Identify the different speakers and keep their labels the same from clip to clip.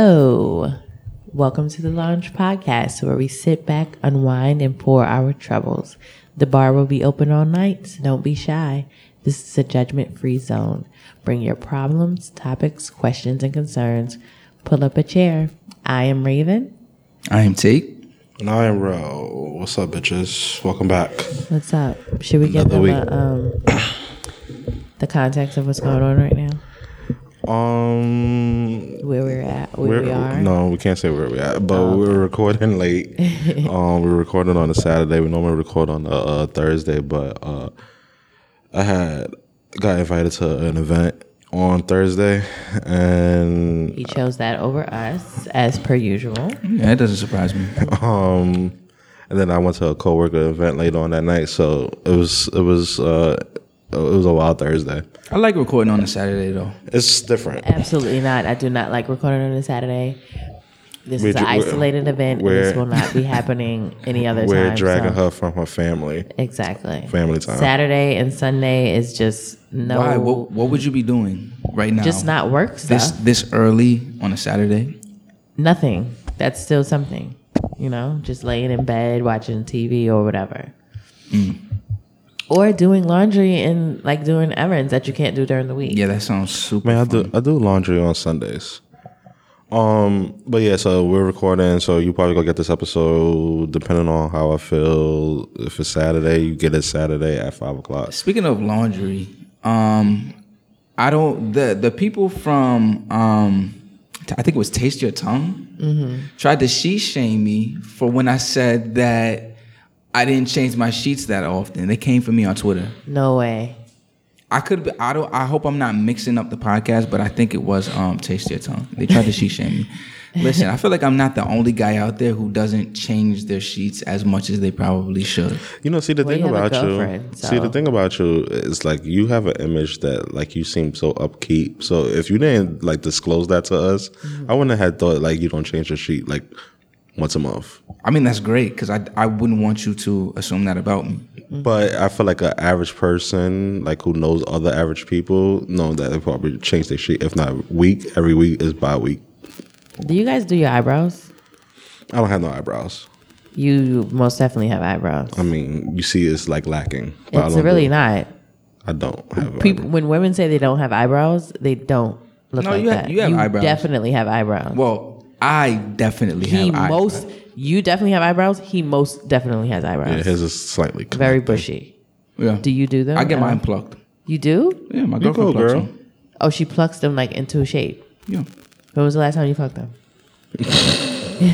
Speaker 1: Hello. Welcome to the Lounge Podcast, where we sit back, unwind, and pour our troubles. The bar will be open all night, so don't be shy. This is a judgment free zone. Bring your problems, topics, questions, and concerns. Pull up a chair. I am Raven.
Speaker 2: I am Tate.
Speaker 3: And I am Ro. What's up, bitches? Welcome back.
Speaker 1: What's up? Should we give them
Speaker 3: Another
Speaker 1: a, um, the context of what's going on right now?
Speaker 3: Um,
Speaker 1: Where we're at, where
Speaker 3: we're-
Speaker 1: we are? Oh,
Speaker 3: No, we can't say where we at, but we're recording late. um, we're recording on a Saturday. We normally record on a, uh Thursday, but uh, I had got invited to an event on Thursday, and
Speaker 1: He chose that over us, as per usual.
Speaker 2: Yeah, that doesn't surprise me.
Speaker 3: um, and then I went to a coworker event later on that night. So it was it was uh, it was a wild Thursday.
Speaker 2: I like recording on a Saturday though.
Speaker 3: It's different.
Speaker 1: Absolutely not. I do not like recording on a Saturday. This
Speaker 3: We're
Speaker 1: is an
Speaker 3: ju- we're-
Speaker 1: isolated event. and this
Speaker 3: we're-
Speaker 1: will not be happening any other
Speaker 3: We're
Speaker 1: time.
Speaker 3: dragging
Speaker 1: so-
Speaker 3: her from her family.
Speaker 1: Exactly.
Speaker 3: Family time.
Speaker 1: Saturday and Sunday is just no,
Speaker 2: Why? What, what would you be doing right now?
Speaker 1: just not work stuff.
Speaker 2: this this early on a Saturday.
Speaker 1: Nothing. That's still something. You know, just laying in bed watching TV or whatever.
Speaker 2: Mm.
Speaker 1: Or doing laundry and like doing errands that you can't do during the week.
Speaker 2: Yeah, that sounds super.
Speaker 3: Man, I
Speaker 2: fun.
Speaker 3: do I do laundry on Sundays. Um, but yeah, so we're recording, so you probably gonna get this episode depending on how I feel. If it's Saturday, you get it Saturday at five o'clock.
Speaker 2: Speaking of laundry, um, I don't the the people from um, t- I think it was Taste Your Tongue
Speaker 1: Mm-hmm.
Speaker 2: tried to she shame me for when I said that I didn't change my sheets that often. They came for me on Twitter.
Speaker 1: No way.
Speaker 2: I could be. I don't. I hope I'm not mixing up the podcast, but I think it was um, Taste Your Tongue. They tried to she shame me. Listen, I feel like I'm not the only guy out there who doesn't change their sheets as much as they probably should.
Speaker 3: You know, see the
Speaker 1: Well,
Speaker 3: thing
Speaker 1: you have a
Speaker 3: about you.
Speaker 1: girlfriend,
Speaker 3: See
Speaker 1: so-
Speaker 3: the thing about you is like you have an image that like you seem so upkeep. So if you didn't like disclose that to us,
Speaker 1: Mm-hmm.
Speaker 3: I wouldn't have thought like you don't change your sheet like once a month.
Speaker 2: I mean, that's great because I I wouldn't want you to assume that about me.
Speaker 3: But I feel like an average person, like who knows other average people, know that they probably change their shit. If not week, every week is bi week.
Speaker 1: Do you guys do your eyebrows?
Speaker 3: I don't have no eyebrows.
Speaker 1: You most definitely have eyebrows.
Speaker 3: I mean, you see, it's like lacking. but I
Speaker 1: It's
Speaker 3: don't
Speaker 1: really
Speaker 3: do-
Speaker 1: not.
Speaker 3: I don't have.
Speaker 1: People,
Speaker 3: People,
Speaker 1: when women say they don't have eyebrows, they don't look
Speaker 2: No,
Speaker 1: like
Speaker 2: you have-
Speaker 1: that.
Speaker 2: you have eyebrows.
Speaker 1: definitely have eyebrows.
Speaker 2: Well, I definitely
Speaker 1: he
Speaker 2: have. eye-
Speaker 1: most, you definitely have eyebrows. He most definitely has
Speaker 3: yeah,
Speaker 1: eyebrows.
Speaker 3: his is slightly cut.
Speaker 1: Very bushy.
Speaker 2: yeah.
Speaker 1: Do you do them?
Speaker 2: I get
Speaker 1: No.
Speaker 2: mine plucked.
Speaker 1: You do?
Speaker 2: Yeah, my
Speaker 3: You go,
Speaker 2: girlfriend plucks
Speaker 3: girl.
Speaker 2: them.
Speaker 1: Oh, she plucks them like into shape.
Speaker 2: Yeah.
Speaker 1: When was the last time you plucked them?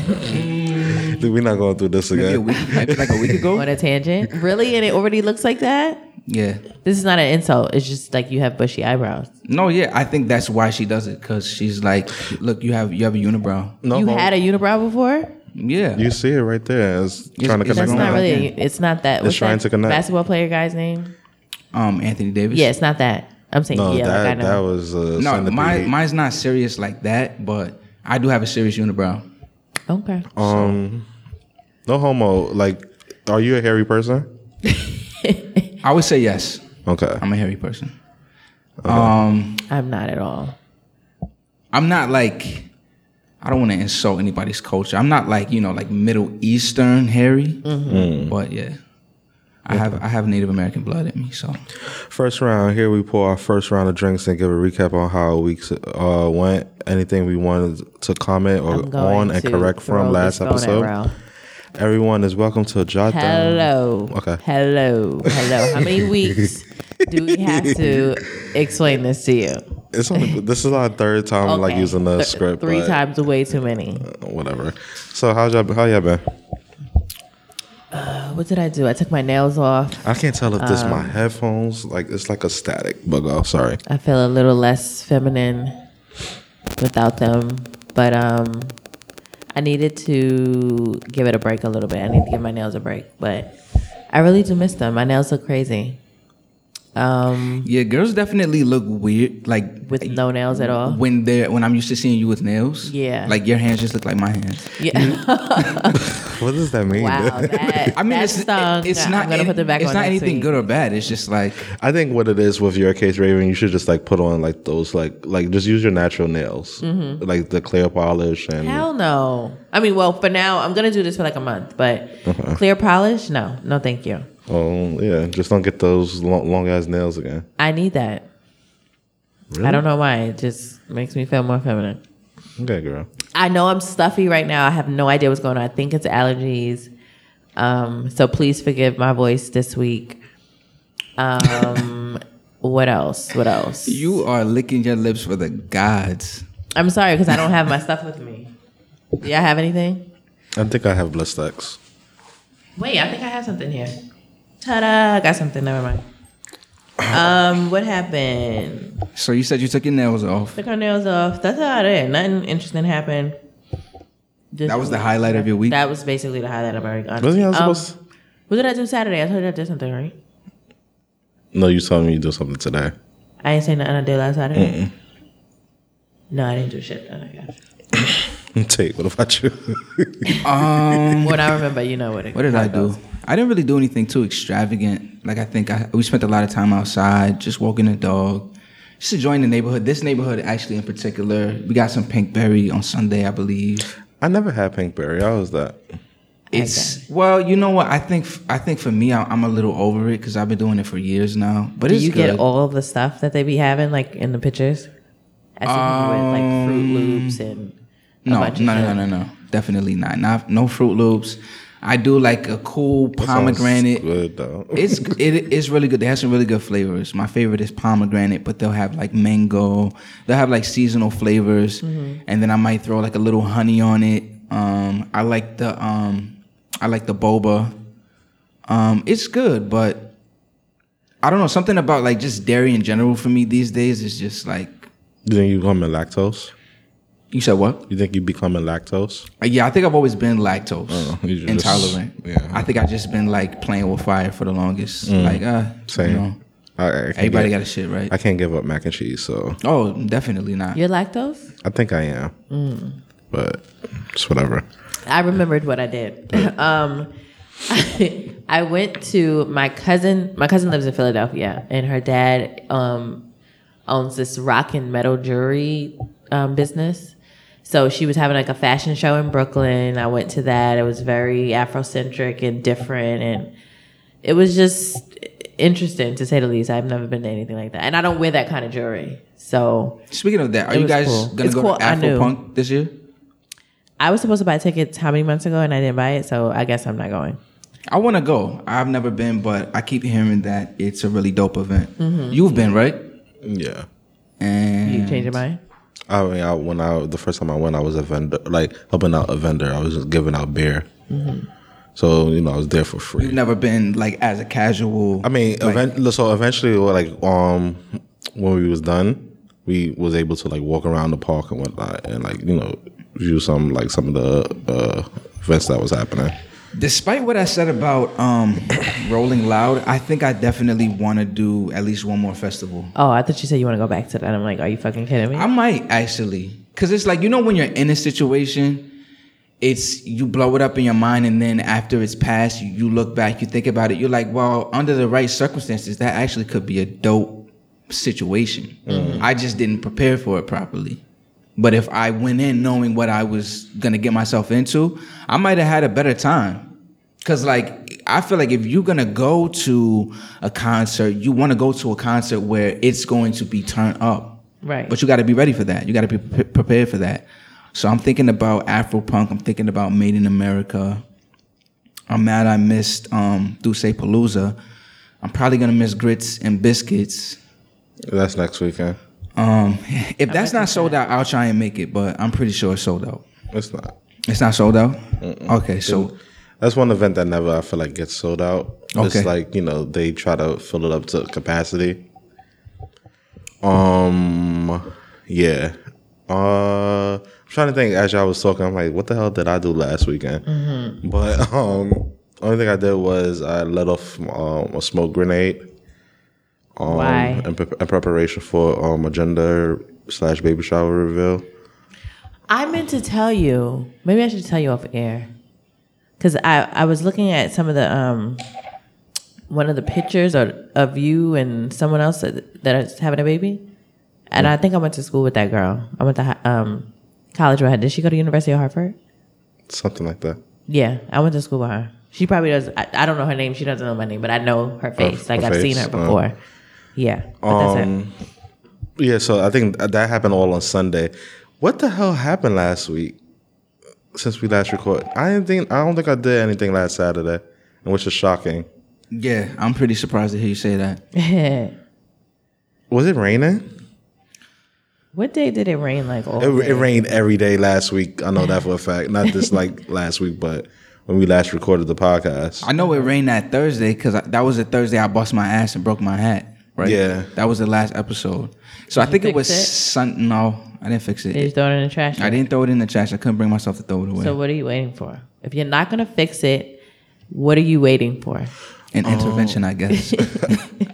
Speaker 3: We're not going through this
Speaker 2: Maybe a
Speaker 3: again.
Speaker 2: week, maybe like a week ago.
Speaker 1: On a tangent, really? And it already looks like that?
Speaker 2: Yeah.
Speaker 1: This is not an insult. It's just like you have bushy eyebrows.
Speaker 2: No, yeah, I think that's why she does it because she's like, look, you have you have a unibrow.
Speaker 3: No,
Speaker 1: you
Speaker 3: but
Speaker 1: had a unibrow before?
Speaker 2: Yeah.
Speaker 3: you see it right there. It's trying to
Speaker 2: it's
Speaker 3: connect.
Speaker 1: That's
Speaker 2: grown
Speaker 1: not
Speaker 2: back
Speaker 1: really.
Speaker 2: in.
Speaker 1: It's not that. what's
Speaker 3: trying
Speaker 1: that
Speaker 3: to connect.
Speaker 1: Basketball player guy's name?
Speaker 2: um, Anthony Davis.
Speaker 1: Yeah, it's not that. I'm saying
Speaker 3: no,
Speaker 1: yeah.
Speaker 3: that
Speaker 1: like I know.
Speaker 3: that was uh,
Speaker 2: No,
Speaker 3: centipede.
Speaker 2: my, mine's not serious like that, but I do have a serious unibrow.
Speaker 1: Okay.
Speaker 3: um, no homo. Like, are you a hairy person?
Speaker 2: I would say yes.
Speaker 3: Okay,
Speaker 2: I'm a hairy person. Um,
Speaker 1: I'm not at all.
Speaker 2: I'm not like I don't want to insult anybody's culture. I'm not like you know like Middle Eastern hairy, but yeah, I have I have Native American blood in me. So
Speaker 3: First round. Here we pour our first round of drinks and give a recap on how our weeks uh, went. Anything we wanted to comment or
Speaker 1: I'm going
Speaker 3: on and
Speaker 1: to
Speaker 3: correct
Speaker 1: throw
Speaker 3: from
Speaker 1: this
Speaker 3: last
Speaker 1: phone at
Speaker 3: episode.
Speaker 1: Ralph.
Speaker 3: Everyone is welcome to Jot Down.
Speaker 1: Hello.
Speaker 3: Okay.
Speaker 1: Hello. Hello. How many weeks do we have to explain this to you?
Speaker 3: It's only, this is our third time like
Speaker 1: Okay.
Speaker 3: using the
Speaker 1: Th-
Speaker 3: script.
Speaker 1: Three
Speaker 3: but
Speaker 1: times way too many.
Speaker 3: Whatever. So how's y'all? How y'all been?
Speaker 1: Uh, What did I do? I took my nails off.
Speaker 3: I can't tell if this my
Speaker 1: Um,
Speaker 3: headphones. Like it's like a static bug. Oh, sorry.
Speaker 1: I feel a little less feminine without them, but um, I needed to give it a break a little bit. I need to give my nails a break, but I really do miss them. My nails look crazy. um,
Speaker 2: Yeah, girls definitely look weird, like
Speaker 1: with no nails at all.
Speaker 2: when they're when I'm used to seeing you with nails.
Speaker 1: Yeah.
Speaker 2: like your hands just look like my hands.
Speaker 1: Yeah.
Speaker 3: What does that mean?
Speaker 1: wow. That,
Speaker 2: Mm-hmm. I mean,
Speaker 1: that
Speaker 2: it's,
Speaker 1: song,
Speaker 2: it- it's
Speaker 1: I'm
Speaker 2: not
Speaker 1: gonna
Speaker 2: any-
Speaker 1: put it back
Speaker 2: it's
Speaker 1: on
Speaker 2: not
Speaker 1: next
Speaker 2: anything
Speaker 1: week.
Speaker 2: good or bad. It's just like
Speaker 3: I think what it is with your case, Raven, you should just like put on like those like like just use your natural nails, like the clear polish and
Speaker 1: Mm-hmm. Hell no. I mean, well, for now, I'm gonna do this for like a month, but
Speaker 2: Uh-huh.
Speaker 1: clear polish, no, no, thank you.
Speaker 3: oh yeah, just don't get those long, long ass nails again.
Speaker 1: I need that. I don't know why. It just makes me feel more feminine.
Speaker 3: Okay, girl.
Speaker 1: I know I'm stuffy right now. I have no idea what's going on. I think it's allergies. Um, so please forgive my voice this week. Um, what else? What else?
Speaker 2: you are licking your lips for the gods.
Speaker 1: I'm sorry because I don't have my stuff with me. Do y'all have anything?
Speaker 3: I think I have blood stacks.
Speaker 1: Wait, I think I have something here. Ta-da! I got something. Never mind. Um, what happened?
Speaker 2: So you said you took your nails off.
Speaker 1: Took our nails off. That's about it. Nothing interesting happened. Just-
Speaker 2: That was the highlight of your week.
Speaker 1: That was basically the highlight of our week.
Speaker 3: Wasn't
Speaker 1: honestly.
Speaker 3: I
Speaker 1: Um,
Speaker 3: supposed?
Speaker 1: What did I do Saturday? I told you I did something, right?
Speaker 3: No, you told me you do something today.
Speaker 1: I ain't say nothing I did last Saturday. No, I didn't do shit. Oh my gosh.
Speaker 3: Tate, what about you?
Speaker 1: What I remember, you know what it
Speaker 2: Um, What did
Speaker 1: how
Speaker 2: I
Speaker 1: it goes.
Speaker 2: do? I didn't really do anything too extravagant. Like I think I, we spent a lot of time outside, just walking the dog, just enjoying the neighborhood. This neighborhood, actually in particular, we got some pinkberry on Sunday, I believe.
Speaker 3: I never had pinkberry. How was that?
Speaker 2: It's well, you know what? I think I think for me, I, I'm a little over it because I've been doing it for years now. But
Speaker 1: Do
Speaker 2: it's
Speaker 1: you
Speaker 2: good.
Speaker 1: get all of the stuff that they be having, like in the pictures? I see people with like Fruit Loops and a
Speaker 2: Um, No, no,
Speaker 1: bunch of
Speaker 2: no,
Speaker 1: shit.
Speaker 2: no, no, no. Definitely not. Not no Fruit Loops. I do like a cool pomegranate.
Speaker 3: Sounds Good though.
Speaker 2: it's it is really good. They have some really good flavors. My favorite is pomegranate, but they'll have like mango. They'll have like seasonal flavors, and then I might throw like a little honey on it. Um, I like the um, I like the boba. Um, it's good, but I don't know something about like just dairy in general for me these days is just like
Speaker 3: You think you becoming lactose?
Speaker 2: you said what?
Speaker 3: You think you becoming lactose?
Speaker 2: Uh, Yeah, I think I've always been lactose
Speaker 3: Oh, you just-
Speaker 2: intolerant.
Speaker 3: yeah. Mm.
Speaker 2: I think I've just been like playing with fire for the longest. Like uh,
Speaker 3: Same.
Speaker 2: you know,
Speaker 3: I, I can't
Speaker 2: everybody
Speaker 3: get,
Speaker 2: got a shit right.
Speaker 3: I can't give up mac and cheese, so
Speaker 2: Oh, definitely not.
Speaker 1: You're lactose?
Speaker 3: I think I am.
Speaker 2: Mm.
Speaker 3: But it's whatever.
Speaker 1: I remembered what I did. um, I went to my cousin. My cousin lives in Philadelphia, and her dad um, owns this rock and metal jewelry um, business. So she was having like a fashion show in Brooklyn. I went to that. It was very Afrocentric and different, and it was just interesting to say the least. I've never been to anything like that, and I don't wear that kind of jewelry. So
Speaker 2: Speaking of that, are
Speaker 1: It
Speaker 2: you
Speaker 1: was
Speaker 2: guys
Speaker 1: cool.
Speaker 2: gonna
Speaker 1: It's
Speaker 2: go
Speaker 1: cool,
Speaker 2: to
Speaker 1: I knew.
Speaker 2: Afro Punk this year?
Speaker 1: I was supposed to buy tickets how many months ago, and I didn't buy it. So I guess I'm not going.
Speaker 2: I want to go. I've never been, but I keep hearing that it's a really dope event.
Speaker 1: Mm-hmm.
Speaker 2: You've been right,
Speaker 3: Yeah.
Speaker 2: and
Speaker 1: You change your mind?
Speaker 3: I mean, I, when I the first time I went, I was a vendor, like helping out a vendor. I was just giving out beer, so you know I was there for free.
Speaker 2: you've never been like as a casual.
Speaker 3: I mean, event, so eventually, well, like um, when we was done, we was able to like walk around the park and whatnot, and like you know view some like some of the uh, events that was happening.
Speaker 2: Despite what I said about um, Rolling Loud, I think I definitely want to do at least one more festival.
Speaker 1: Oh, I thought you said you want to go back to that. I'm like, are you fucking kidding me?
Speaker 2: I might actually, cause it's like you know when you're in a situation, it's you blow it up in your mind, and then after it's passed, you, you look back, you think about it, you're like, well, under the right circumstances, that actually could be a dope situation. I just didn't prepare for it properly. But if I went in knowing what I was gonna get myself into, I might have had a better time. Cause like I feel like if you're gonna go to a concert, you want to go to a concert where it's going to be turned up.
Speaker 1: right.
Speaker 2: But you got to be ready for that. You got to be pre- prepared for that. So I'm thinking about Afro Punk. I'm thinking about Made in America. I'm mad I missed um, Duce Palooza. I'm probably gonna miss Grits and Biscuits.
Speaker 3: That's next weekend.
Speaker 2: Um, if that's not sold out, I'll try and make it. But I'm pretty sure it's sold out.
Speaker 3: It's not.
Speaker 2: It's not sold out. Okay, so
Speaker 3: That's one event that never I feel like gets sold out.
Speaker 2: Okay.
Speaker 3: It's like you know they try to fill it up to capacity. Um, yeah. Uh, I'm trying to think. As y'all was talking, I'm like, what the hell did I do last weekend? But um, only thing I did was I let off um, a smoke grenade. um,
Speaker 1: Why?
Speaker 3: In, pre- in preparation for um, a gender slash baby shower reveal.
Speaker 1: I meant to tell you. Maybe I should tell you off air. Cause I, I was looking at some of the um one of the pictures or, of you and someone else that, that is having a baby, and I think I went to school with that girl. I went to hi- um college with her. Did she go to University of Hartford?
Speaker 3: Something like that.
Speaker 1: Yeah, I went to school with her. She probably does. I, I don't know her name. She doesn't know my name, but I know her face. like
Speaker 3: her
Speaker 1: I've seen
Speaker 3: face,
Speaker 1: her
Speaker 3: uh.
Speaker 1: before. yeah, but that's it.
Speaker 3: Yeah, so I think th- that happened all on Sunday. What the hell happened last week since we last recorded? I didn't think I don't think I did anything last Saturday, which is shocking.
Speaker 2: Yeah, I'm pretty surprised to hear you say that.
Speaker 3: um, Was it raining?
Speaker 1: what day did it rain? Like all
Speaker 3: It,
Speaker 1: day?
Speaker 3: it rained every day last week. I know that for a fact. Not just like last week, but when we last recorded the podcast.
Speaker 2: I know it rained that Thursday because that was the Thursday I bust my ass and broke my hat. Right.
Speaker 3: Yeah.
Speaker 2: That was the last episode. So I think it
Speaker 1: fix
Speaker 2: was
Speaker 1: it?
Speaker 2: Sun. No, I didn't fix it.
Speaker 1: They just throw it in the trash.
Speaker 2: I didn't throw it in the trash. I couldn't bring myself to throw it away
Speaker 1: So what are you waiting for? If you're not gonna fix it, what are you waiting for?
Speaker 2: an intervention, I guess.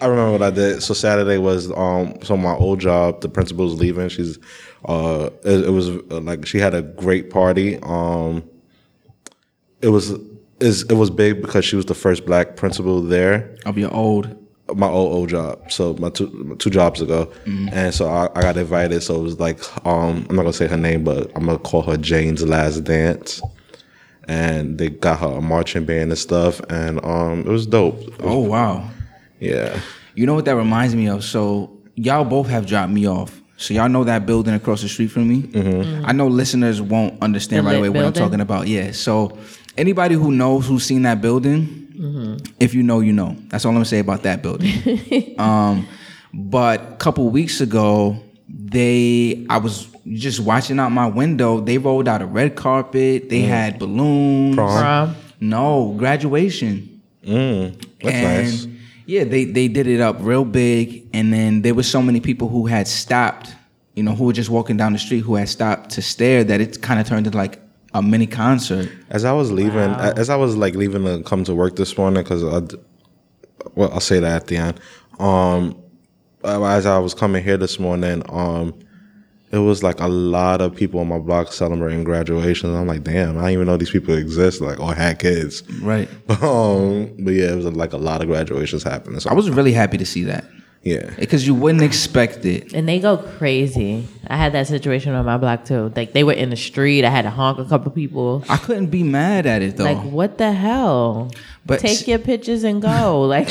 Speaker 3: I remember what I did. So Saturday was um so my old job. The principal's leaving. She's uh it, it was uh, like she had a great party. Um, it was is it was big because she was the first black principal there.
Speaker 2: of your old.
Speaker 3: my old old job, so my two my two jobs ago, and so I, I got invited. So it was like um, I'm not gonna say her name, but I'm gonna call her Jane's Last Dance, and they got her a marching band and stuff, and um, it was dope.
Speaker 2: Oh wow.
Speaker 3: Yeah,
Speaker 2: You know what that reminds me of? So y'all both have dropped me off. So y'all know that building across the street from me. I know listeners won't understand
Speaker 1: The
Speaker 2: right
Speaker 1: lit
Speaker 2: away what I'm
Speaker 1: building?
Speaker 2: talking about. Yeah. So anybody who knows who's seen that building,
Speaker 1: Mm-hmm.
Speaker 2: if you know, you know. That's all I'm gonna say about that building. um, but a couple weeks ago, they I was just watching out my window. They rolled out a red carpet. They had balloons.
Speaker 1: Prom?
Speaker 2: No graduation
Speaker 3: mm, that's nice.
Speaker 2: yeah, they they did it up real big, and then there was so many people who had stopped, you know, who were just walking down the street who had stopped to stare that it kind of turned into like a mini concert.
Speaker 3: As I was leaving, as I was like leaving to come to work this morning, because I, d- well, I'll say that at the end. Um, as I was coming here this morning, um, it was like a lot of people on my block celebrating graduation. I'm like, damn, I didn't even know these people exist, like or had kids.
Speaker 2: Right.
Speaker 3: Um, but yeah, it was like a lot of graduations happening. So
Speaker 2: I was really happy to see that
Speaker 3: yeah,
Speaker 2: because you wouldn't expect it.
Speaker 1: And they go crazy. I had that situation on my block too. Like they were in the street. I had to honk a couple people.
Speaker 2: I couldn't be mad at it though.
Speaker 1: Like what the hell?
Speaker 2: Oh. But-
Speaker 1: take your pictures and go. like,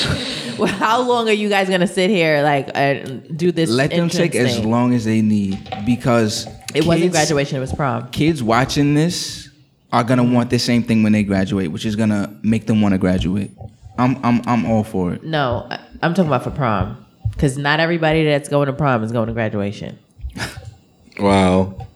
Speaker 1: well, how long are you guys gonna sit here? Like, and do this.
Speaker 2: Let them
Speaker 1: entrance
Speaker 2: take as
Speaker 1: thing?
Speaker 2: long as they need because
Speaker 1: It wasn't
Speaker 2: kids-
Speaker 1: graduation. It was prom.
Speaker 2: Kids watching this are gonna want the same thing when they graduate, which is gonna make them want to graduate. I'm I'm I'm all for it.
Speaker 1: No, I- I'm talking about for prom. Because not everybody that's going to prom is going to graduation.
Speaker 3: wow.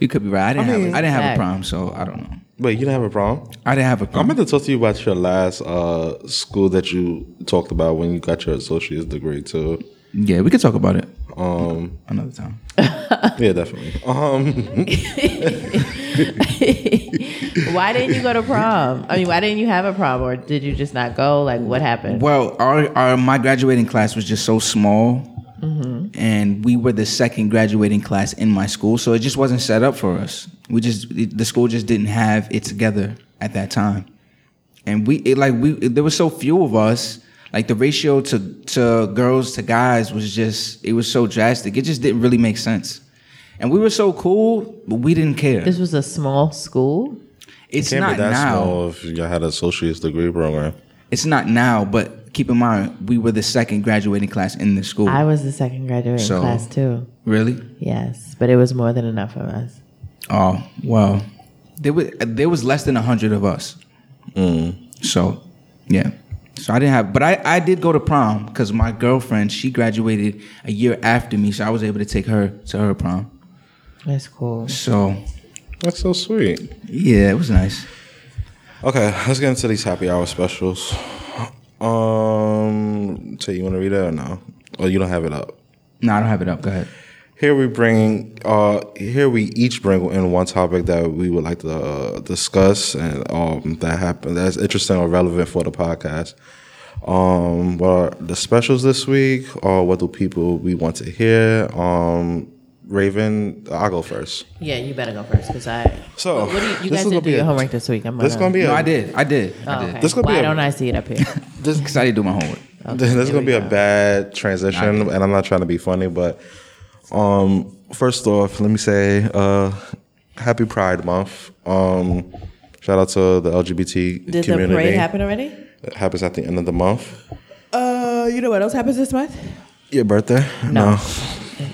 Speaker 2: You could be right. I didn't have a, I didn't have
Speaker 1: Fact.
Speaker 2: a prom, so I don't know.
Speaker 3: Wait, you didn't have a problem?
Speaker 2: I didn't have a
Speaker 3: I
Speaker 2: prom.
Speaker 3: meant to talk to you about your last uh school that you talked about when you got your associate's degree too.
Speaker 2: yeah, we could talk about it
Speaker 3: Um.
Speaker 2: another time.
Speaker 3: Yeah, definitely. Um,
Speaker 1: why didn't you go to prom? I mean, why didn't you have a prom, or did you just not go? Like, what happened?
Speaker 2: Well, our, our my graduating class was just so small, and we were the second graduating class in my school, so it just wasn't set up for us. We just it, the school just didn't have it together at that time, and we it, like we it- there were so few of us. Like the ratio to to girls to guys was just it was so drastic. It just didn't really make sense, and we were so cool, but we didn't care.
Speaker 1: This was a small school.
Speaker 2: it's
Speaker 3: can't
Speaker 2: not
Speaker 3: be that
Speaker 2: now.
Speaker 3: small if you had an associate's degree program.
Speaker 2: It's not now, but keep in mind we were the second graduating class in the school.
Speaker 1: I was the second graduating
Speaker 2: So-
Speaker 1: class too.
Speaker 2: really?
Speaker 1: Yes, but it was more than enough of us.
Speaker 2: Oh well, there was there was less than hundred of us. So, yeah. So I didn't have, but I I did go to prom because my girlfriend she graduated a year after me, so I was able to take her to her prom.
Speaker 1: That's cool.
Speaker 2: So
Speaker 3: That's so sweet.
Speaker 2: yeah, it was nice.
Speaker 3: Okay, let's get into these happy hour specials. Um, so you want to read it or no? Or you don't have it up?
Speaker 2: No, I don't have it up. Go ahead.
Speaker 3: Here we bring, uh, here we each bring in one topic that we would like to uh, discuss and um, that happened that's interesting or relevant for the podcast. Um, what are the specials this week? Or what do people we want to hear? Um, Raven, I'll go first.
Speaker 1: Yeah, you better go first because I.
Speaker 3: So,
Speaker 1: what, what do you, you
Speaker 3: this
Speaker 1: guys
Speaker 3: is
Speaker 1: didn't
Speaker 3: gonna
Speaker 1: do
Speaker 3: be
Speaker 1: your
Speaker 3: a-
Speaker 1: homework this week? I'm
Speaker 3: This
Speaker 1: gonna
Speaker 3: gonna be
Speaker 2: No,
Speaker 3: a,
Speaker 2: I did. I did.
Speaker 1: Oh,
Speaker 2: I did.
Speaker 1: okay.
Speaker 3: This gonna be
Speaker 1: Why
Speaker 3: a-
Speaker 1: don't I see it up here?
Speaker 3: this,
Speaker 2: Because I didn't do my homework.
Speaker 3: this is gonna
Speaker 1: we
Speaker 3: be a
Speaker 1: go.
Speaker 3: bad transition, and I'm not trying to be funny, but um, first off, let me say uh, happy Pride Month. Um, shout out to the LGBT
Speaker 1: Did
Speaker 3: community.
Speaker 1: the parade happen already?
Speaker 3: It happens at the end of the month.
Speaker 1: Uh, you know what else happens this month?
Speaker 3: Your birthday?
Speaker 1: No.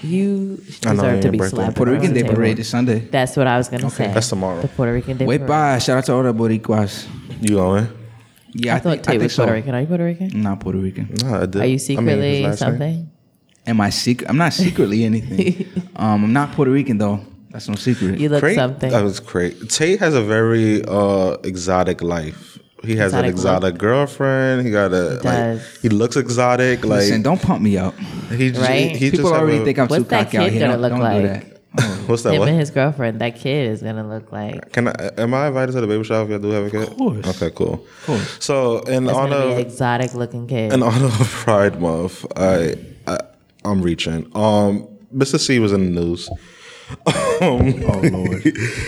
Speaker 1: You
Speaker 3: I know,
Speaker 1: deserve to
Speaker 3: your
Speaker 1: be
Speaker 3: birthday.
Speaker 1: slapped.
Speaker 2: Puerto Rican
Speaker 1: across the
Speaker 2: Day
Speaker 1: table.
Speaker 2: Parade is Sunday.
Speaker 1: That's what I was gonna say.
Speaker 3: That's tomorrow.
Speaker 1: The Puerto Rican Day
Speaker 2: Wait,
Speaker 1: Parade.
Speaker 2: bye. Shout out to all the Boricuas.
Speaker 3: You going?
Speaker 2: Yeah,
Speaker 1: I,
Speaker 2: I,
Speaker 1: thought
Speaker 2: think,
Speaker 1: Tate
Speaker 2: I think
Speaker 1: was
Speaker 2: so.
Speaker 1: Puerto Rican. Are you Puerto Rican?
Speaker 2: Not Puerto Rican.
Speaker 3: No, I did.
Speaker 1: Are you
Speaker 3: I mean, his
Speaker 1: secretly
Speaker 3: last name.
Speaker 1: something?
Speaker 2: Am I secret? I'm not secretly anything. um, I'm not Puerto Rican though. That's no secret.
Speaker 1: You look
Speaker 3: Craig-
Speaker 1: something.
Speaker 3: That was great. Tate has a very uh, exotic life. He has an
Speaker 1: Exotic
Speaker 3: exotic girlfriend. He got a
Speaker 1: He does.
Speaker 3: like. He looks exotic. Like
Speaker 2: Listen, don't pump me out.
Speaker 3: he just,
Speaker 1: Right?
Speaker 3: he, he
Speaker 2: People
Speaker 3: just have
Speaker 2: already
Speaker 3: a-
Speaker 2: think I'm
Speaker 1: What's
Speaker 2: too
Speaker 1: that
Speaker 2: cocky out
Speaker 1: kid
Speaker 2: here.
Speaker 1: gonna
Speaker 2: Don't,
Speaker 1: look
Speaker 2: don't do
Speaker 1: like?
Speaker 2: that.
Speaker 3: What's that?
Speaker 1: Him and
Speaker 3: What?
Speaker 1: his girlfriend. That kid is gonna look like.
Speaker 3: Can I? Am I invited to the baby shower? If I do have a kid. Of
Speaker 2: course.
Speaker 3: Okay. Cool. So in
Speaker 1: It's
Speaker 3: honor
Speaker 1: gonna be
Speaker 3: of
Speaker 1: an exotic looking kid.
Speaker 3: in honor of Pride Month, I, I I'm reaching. Um, Mr. C was in the news. Um, oh lord!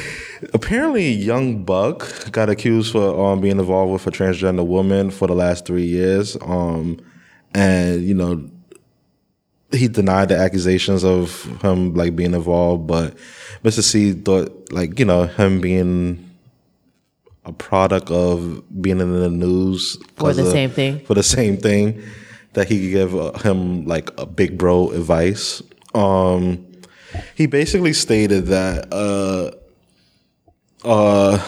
Speaker 3: apparently, young Buck got accused for um being involved with a transgender woman for the last three years. Um, and you know he denied the accusations of him like being involved, but Mr. C thought like you know him being a product of being in the news
Speaker 1: For the
Speaker 3: 'cause of-
Speaker 1: same thing.
Speaker 3: for the same thing that he could give uh, him like a big bro advice. Um, he basically stated that uh, uh,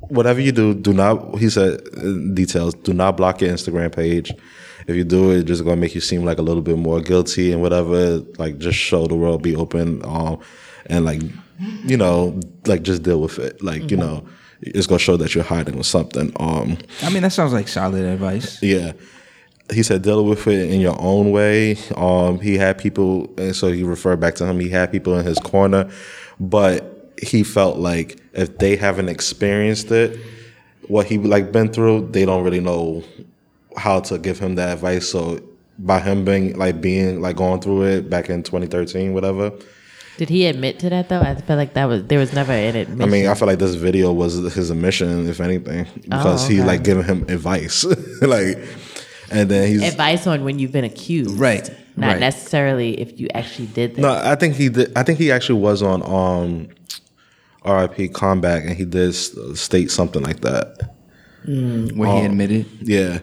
Speaker 3: whatever you do, do not. He said in details. Do not block your Instagram page. If you do it, it's just gonna make you seem like a little bit more guilty and whatever. Like just show the world, be open, um, and like you know, like just deal with it. Like you know, it's gonna show that you're hiding or something. Um,
Speaker 2: I mean, that sounds like solid advice.
Speaker 3: yeah. He said, deal with it in your own way. Um, he had people, and so he referred back to him. He had people in his corner, but he felt like if they haven't experienced it, what he like been through, they don't really know how to give him that advice. So by him being like being like going through it back in 2013, whatever.
Speaker 1: Did he admit to that though? I feel like that was there was never an admission.
Speaker 3: I mean, I feel like this video was his admission, if anything, because he
Speaker 1: okay.
Speaker 3: like giving him advice, like, and then he's
Speaker 1: advice on when you've been accused,
Speaker 2: Right,
Speaker 1: Not
Speaker 2: right.
Speaker 1: necessarily if you actually did that.
Speaker 3: No, I think he did. I think he actually was on um, RIP Combat, and he did s- state something like that.
Speaker 2: Where
Speaker 3: Oh.
Speaker 2: he admitted.
Speaker 3: Yeah.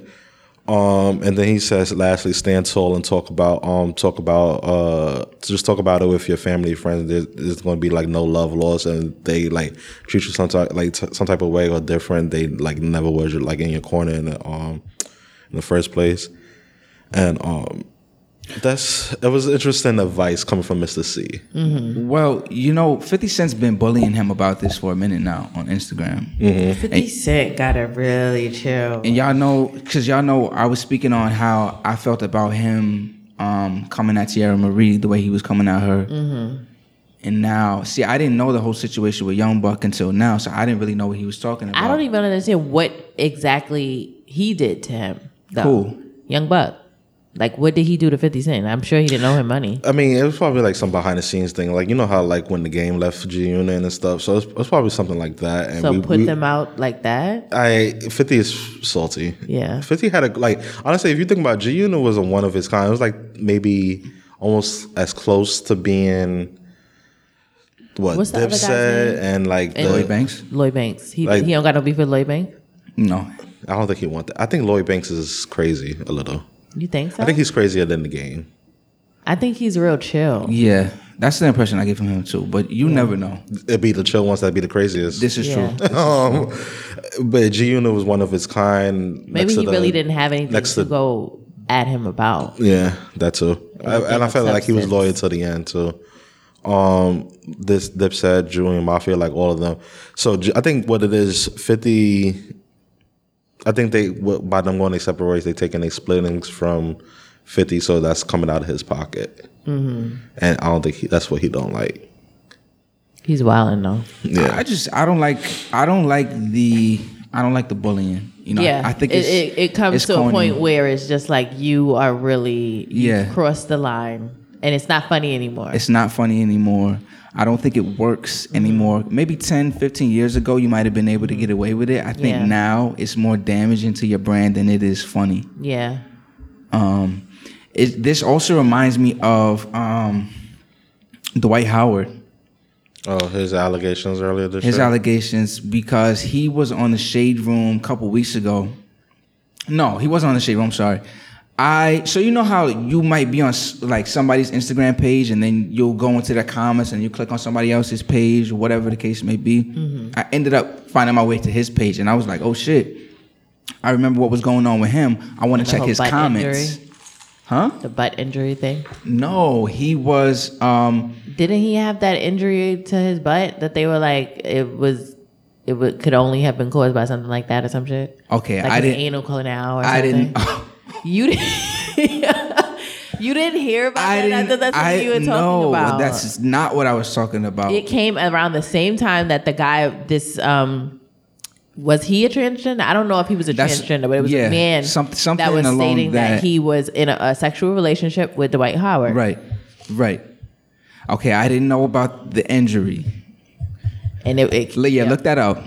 Speaker 3: Um, and then he says, lastly, stand tall and talk about um, talk about uh, just talk about it with your family, friends. There's, there's going to be like no love lost, and they like treat you some type like t- some type of way or different. They like never was like in your corner in the, um, in the first place, and um. That's it was interesting advice coming from Mr. C.
Speaker 2: Well, you know, 50 Cent's been bullying him about this for a minute now on Instagram.
Speaker 3: Mm-hmm.
Speaker 1: Fifty Cent gotta really chill.
Speaker 2: And y'all know, because y'all know, I was speaking on how I felt about him um, coming at Tierra Marie the way he was coming at her.
Speaker 1: Mm-hmm.
Speaker 2: And now, see, I didn't know the whole situation with Young Buck until now, so I didn't really know what he was talking about.
Speaker 1: I don't even understand what exactly he did to him. Though.
Speaker 2: Who?
Speaker 1: Young Buck. Like, what did he do to Fifty Cent? I'm sure he didn't owe him money.
Speaker 3: I mean, it was probably like some behind the scenes thing. Like you know how like when the game left G Unit and stuff. So it's, it's probably something like that. And
Speaker 1: So
Speaker 3: we,
Speaker 1: put
Speaker 3: we-
Speaker 1: them out like that.
Speaker 3: I Fifty is salty.
Speaker 1: Yeah.
Speaker 3: Fifty had a like honestly, if you think about it, G Unit was a one of his kind. It was like maybe almost as close to being what
Speaker 1: What's the other guy's
Speaker 3: Dipset
Speaker 1: name?
Speaker 3: and like the,
Speaker 2: Lloyd Banks?
Speaker 1: Lloyd Banks. He
Speaker 3: Like-
Speaker 1: he don't got no beef with Lloyd Banks.
Speaker 2: No.
Speaker 3: I don't think he want that. I think Lloyd Banks is crazy a little.
Speaker 1: You think so?
Speaker 3: I think he's crazier than the game.
Speaker 1: he's real chill.
Speaker 2: Yeah, that's the impression I get from him too. But you never know.
Speaker 3: It'd be the chill ones that'd be the craziest.
Speaker 2: This is
Speaker 1: Yeah.
Speaker 2: true.
Speaker 3: um, but G Unit was one of his kind.
Speaker 1: Maybe
Speaker 3: next to
Speaker 1: he
Speaker 3: the-
Speaker 1: really didn't have anything
Speaker 3: next
Speaker 1: to
Speaker 3: to-
Speaker 1: go at him about.
Speaker 3: Yeah, that too. I, and I felt like he was loyal to the end too. Um, this Dipset, Julian Mafia, like all of them. So Ju- I think what it is, fifty. I think they what- by them going they separate, they taking their splittings from fifty, so that's coming out of his pocket.
Speaker 1: Mm-hmm.
Speaker 3: And I don't think he, that's what he don't like.
Speaker 1: He's wilding though.
Speaker 3: Yeah,
Speaker 2: I just I don't like I don't like the I don't like the bullying. You know,
Speaker 1: yeah,
Speaker 2: I, I think
Speaker 1: it,
Speaker 2: it's,
Speaker 1: it, it comes
Speaker 2: it's
Speaker 1: to a
Speaker 2: corny.
Speaker 1: point where it's just like you are really you
Speaker 2: Yeah.
Speaker 1: crossed the line, and it's not funny anymore.
Speaker 2: it's not funny anymore. I don't think it works
Speaker 1: Mm-hmm.
Speaker 2: anymore. Maybe 10, 15 years ago, you might have been able to get away with it. I think
Speaker 1: Yeah.
Speaker 2: now it's more damaging to your brand than it is funny.
Speaker 1: yeah,
Speaker 2: Um, it, this also reminds me of um, Dwight Howard.
Speaker 3: Oh, his allegations earlier this
Speaker 2: his
Speaker 3: year.
Speaker 2: allegations because he was on the shade room a couple weeks ago. No, he wasn't on the shade room. I'm sorry. I so you know how you might be on s- like somebody's Instagram page and then you'll go into their comments and you click on somebody else's page or whatever the case may be.
Speaker 1: Mm-hmm.
Speaker 2: I ended up finding my way to his page and I was like, oh shit! I remember what was going on with him. I want
Speaker 1: The
Speaker 2: to check
Speaker 1: whole
Speaker 2: his
Speaker 1: butt
Speaker 2: comments.
Speaker 1: injury?
Speaker 2: Huh?
Speaker 1: the butt injury thing.
Speaker 2: No, he was. um
Speaker 1: Didn't he have that injury to his butt that they were like it was it would, could only have been caused by something like that or some shit?
Speaker 2: Okay,
Speaker 1: like
Speaker 2: I
Speaker 1: his
Speaker 2: didn't.
Speaker 1: anal canal or something.
Speaker 2: I didn't.
Speaker 1: You didn't. you didn't hear about that.
Speaker 2: I
Speaker 1: I
Speaker 2: didn't.
Speaker 1: thought that's what
Speaker 2: I-
Speaker 1: you were talking
Speaker 2: no,
Speaker 1: about.
Speaker 2: that's not what I was talking about.
Speaker 1: it came around the same time that the guy this um was he a transgender? I don't know if he was a
Speaker 2: That's-
Speaker 1: transgender, but it was
Speaker 2: yeah,
Speaker 1: a man
Speaker 2: some- something
Speaker 1: that was
Speaker 2: along
Speaker 1: stating that,
Speaker 2: that.
Speaker 1: he was in a, a sexual relationship with Dwight Howard.
Speaker 2: Right, right. Okay, I didn't know about the injury.
Speaker 1: And it, it
Speaker 2: L- Yeah, look that up.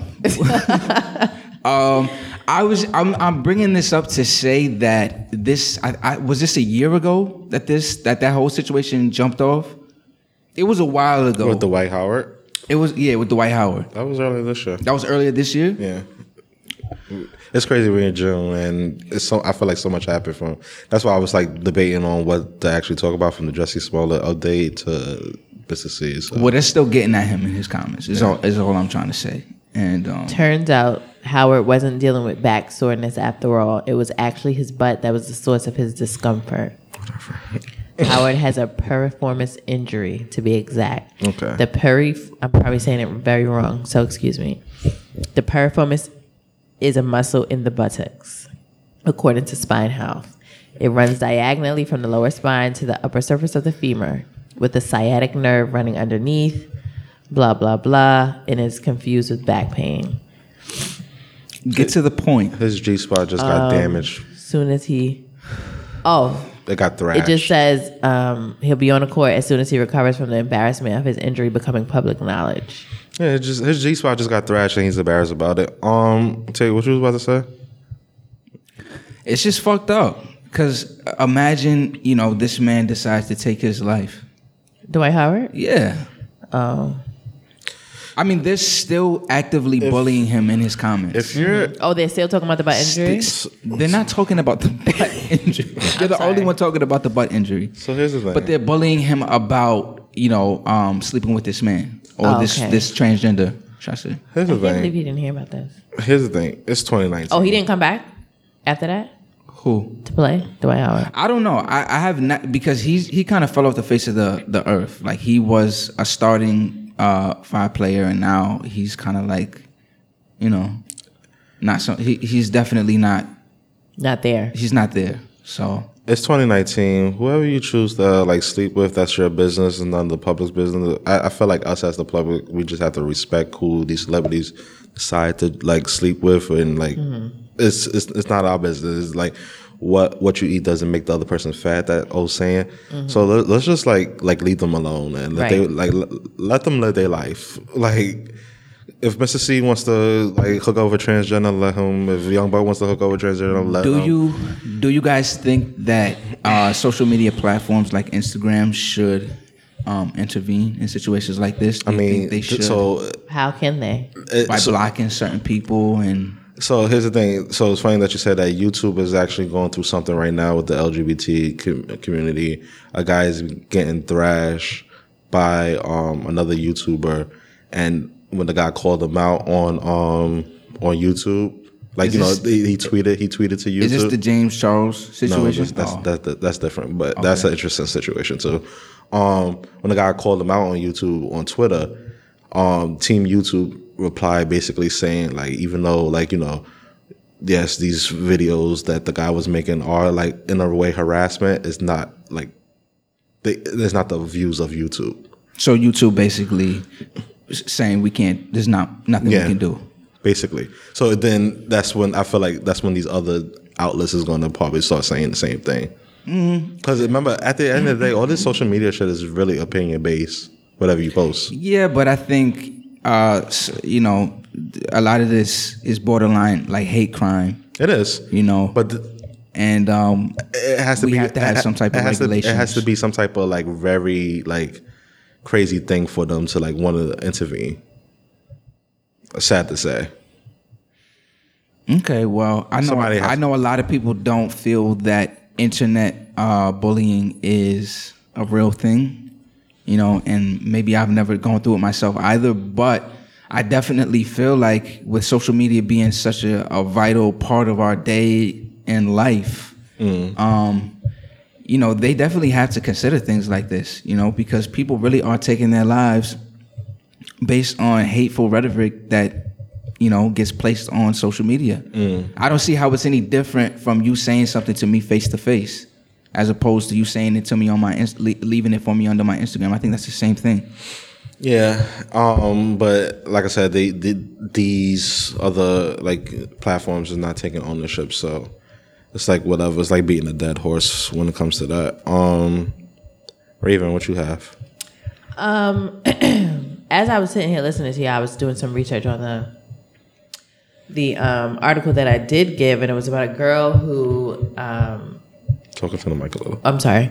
Speaker 2: um, I was. I'm. I'm bringing this up to say that this. I, I was this a year ago that this that that whole situation jumped off. It was a while ago.
Speaker 3: with the White Howard.
Speaker 2: it was yeah with Dwight Howard.
Speaker 3: That was earlier this year.
Speaker 2: That was earlier this year.
Speaker 3: Yeah. It's crazy we're in June and it's so I feel like so much happened from that's why I was like debating on what to actually talk about from the Jesse Smollett update to businesses. So.
Speaker 2: Well, they're still getting at him in his comments. Is all is all I'm trying to say. And um,
Speaker 1: turns out Howard wasn't dealing with back soreness after all. It was actually his butt that was the source of his discomfort. Howard has a piriformis injury, to be exact.
Speaker 3: Okay.
Speaker 1: The peri, I'm probably saying it very wrong, so excuse me. The piriformis is a muscle in the buttocks, according to Spine Health. It runs diagonally from the lower spine to the upper surface of the femur, with the sciatic nerve running underneath, blah, blah, blah, and is confused with back pain.
Speaker 2: get to the point.
Speaker 3: His G spot just
Speaker 1: Um,
Speaker 3: got damaged.
Speaker 1: soon as he oh
Speaker 3: It got
Speaker 1: it
Speaker 3: thrashed.
Speaker 1: just says um, he'll be on the court as soon as he recovers from the embarrassment of his injury becoming public knowledge
Speaker 3: yeah, it just his G spot just got thrashed and he's embarrassed about it. Um, tell you what you was about to say.
Speaker 2: It's just fucked up. Cause imagine, you know, this man decides to take his life.
Speaker 1: dwight howard
Speaker 2: Yeah.
Speaker 1: oh
Speaker 2: I mean, they're still actively bullying him in his comments.
Speaker 3: If you're
Speaker 1: oh they're still talking about the butt injury
Speaker 2: Sticks- They're not talking about the butt injury. They're the
Speaker 1: sorry.
Speaker 2: only one talking about the butt injury.
Speaker 3: so here's the thing.
Speaker 2: But they're bullying him about, you know, um, sleeping with this man or
Speaker 1: Oh,
Speaker 2: this
Speaker 1: okay.
Speaker 2: this transgender. Should I say?
Speaker 3: here's
Speaker 1: i
Speaker 3: the
Speaker 1: can't believe
Speaker 3: thing.
Speaker 1: you didn't hear about this
Speaker 3: Here's the thing. It's 2019.
Speaker 1: oh he didn't come back after that
Speaker 2: Who?
Speaker 1: to play dwight howard
Speaker 2: I don't know. I, I have not because he's he kind of fell off the face of the the earth. Like he was a starting uh five player, and now he's kind of like, you know, not so. He, he's definitely not.
Speaker 1: not there
Speaker 2: He's not there. So
Speaker 3: It's 2019. Whoever you choose to uh, like sleep with, that's your business and none of the public's business. I, I feel like us as the public, we just have to respect who these celebrities decide to like sleep with, and like
Speaker 2: Mm-hmm.
Speaker 3: it's, it's it's not our business. It's like what what you eat doesn't make the other person fat. That old saying.
Speaker 2: Mm-hmm.
Speaker 3: So let, let's just like like leave them alone and let they
Speaker 1: Right.
Speaker 3: like l- let them live their life. Like if Mr. C wants to like hook over transgender, let him. If Young Buck wants to hook over transgender, let
Speaker 2: do
Speaker 3: him.
Speaker 2: you do you guys think that uh, social media platforms like Instagram should um, intervene in situations like this? Do
Speaker 3: I
Speaker 2: you think
Speaker 3: mean,
Speaker 2: they should
Speaker 3: so
Speaker 1: how can they
Speaker 3: it-
Speaker 2: by
Speaker 3: so-
Speaker 2: blocking certain people and
Speaker 3: So here's the thing. So it's funny that you said that YouTube is actually going through something right now with the LGBT com- community. A guy is getting thrashed by um, another YouTuber, and when the guy called him out on um, on YouTube, like you
Speaker 2: this-
Speaker 3: know, he, he tweeted he tweeted to YouTube.
Speaker 2: is this the James Charles
Speaker 3: No,
Speaker 2: situation?
Speaker 3: that's that's,
Speaker 2: Oh.
Speaker 3: that's, that's, different, but that's an interesting situation too. Um, when the guy called him out on YouTube on Twitter, um, Team YouTube replied basically saying like, even though like you know, yes, these videos that the guy was making are like in a way harassment. It's not like they, it's not the views of YouTube.
Speaker 2: So YouTube basically s- saying we can't. There's not nothing
Speaker 3: Yeah.
Speaker 2: we can do.
Speaker 3: basically. So then that's when I feel like that's when these other outlets is going to probably start saying the same thing.
Speaker 2: Mm-hmm.
Speaker 3: Because remember, at the end of the day, all this social media shit is really opinion based. Whatever you post,
Speaker 2: Yeah, but I think uh, s- you know a lot of this is borderline like hate crime.
Speaker 3: it is.
Speaker 2: You know,
Speaker 3: But th-
Speaker 2: and um,
Speaker 3: it has to
Speaker 2: we
Speaker 3: be
Speaker 2: have to have
Speaker 3: it-
Speaker 2: some type
Speaker 3: it
Speaker 2: of
Speaker 3: has to-
Speaker 2: regulation.
Speaker 3: it has to be some type of like very like crazy thing for them to like want to intervene. Sad to say.
Speaker 2: Okay, well, I know
Speaker 3: Somebody has-
Speaker 2: I know a lot of people don't feel that internet uh, bullying is a real thing, you know, and maybe I've never gone through it myself either, but I definitely feel like with social media being such a, a vital part of our day and life,
Speaker 3: Mm.
Speaker 2: um, you know, they definitely have to consider things like this, you know, because people really are taking their lives based on hateful rhetoric that you know gets placed on social media. I don't see how it's any different from you saying something to me face to face, as opposed to you saying it to me on my inst- le- leaving it for me under my Instagram. I think that's the same thing.
Speaker 3: Yeah, um, but like I said, they, they these other like platforms is not taking ownership, so it's like whatever. It's like beating a dead horse when it comes to that. Um, Raven, what you have?
Speaker 1: as I was sitting here listening to you, I was doing some research on the the um, article that I did give, and it was about a girl who um,
Speaker 3: Talking to the mic a little.
Speaker 1: I'm sorry,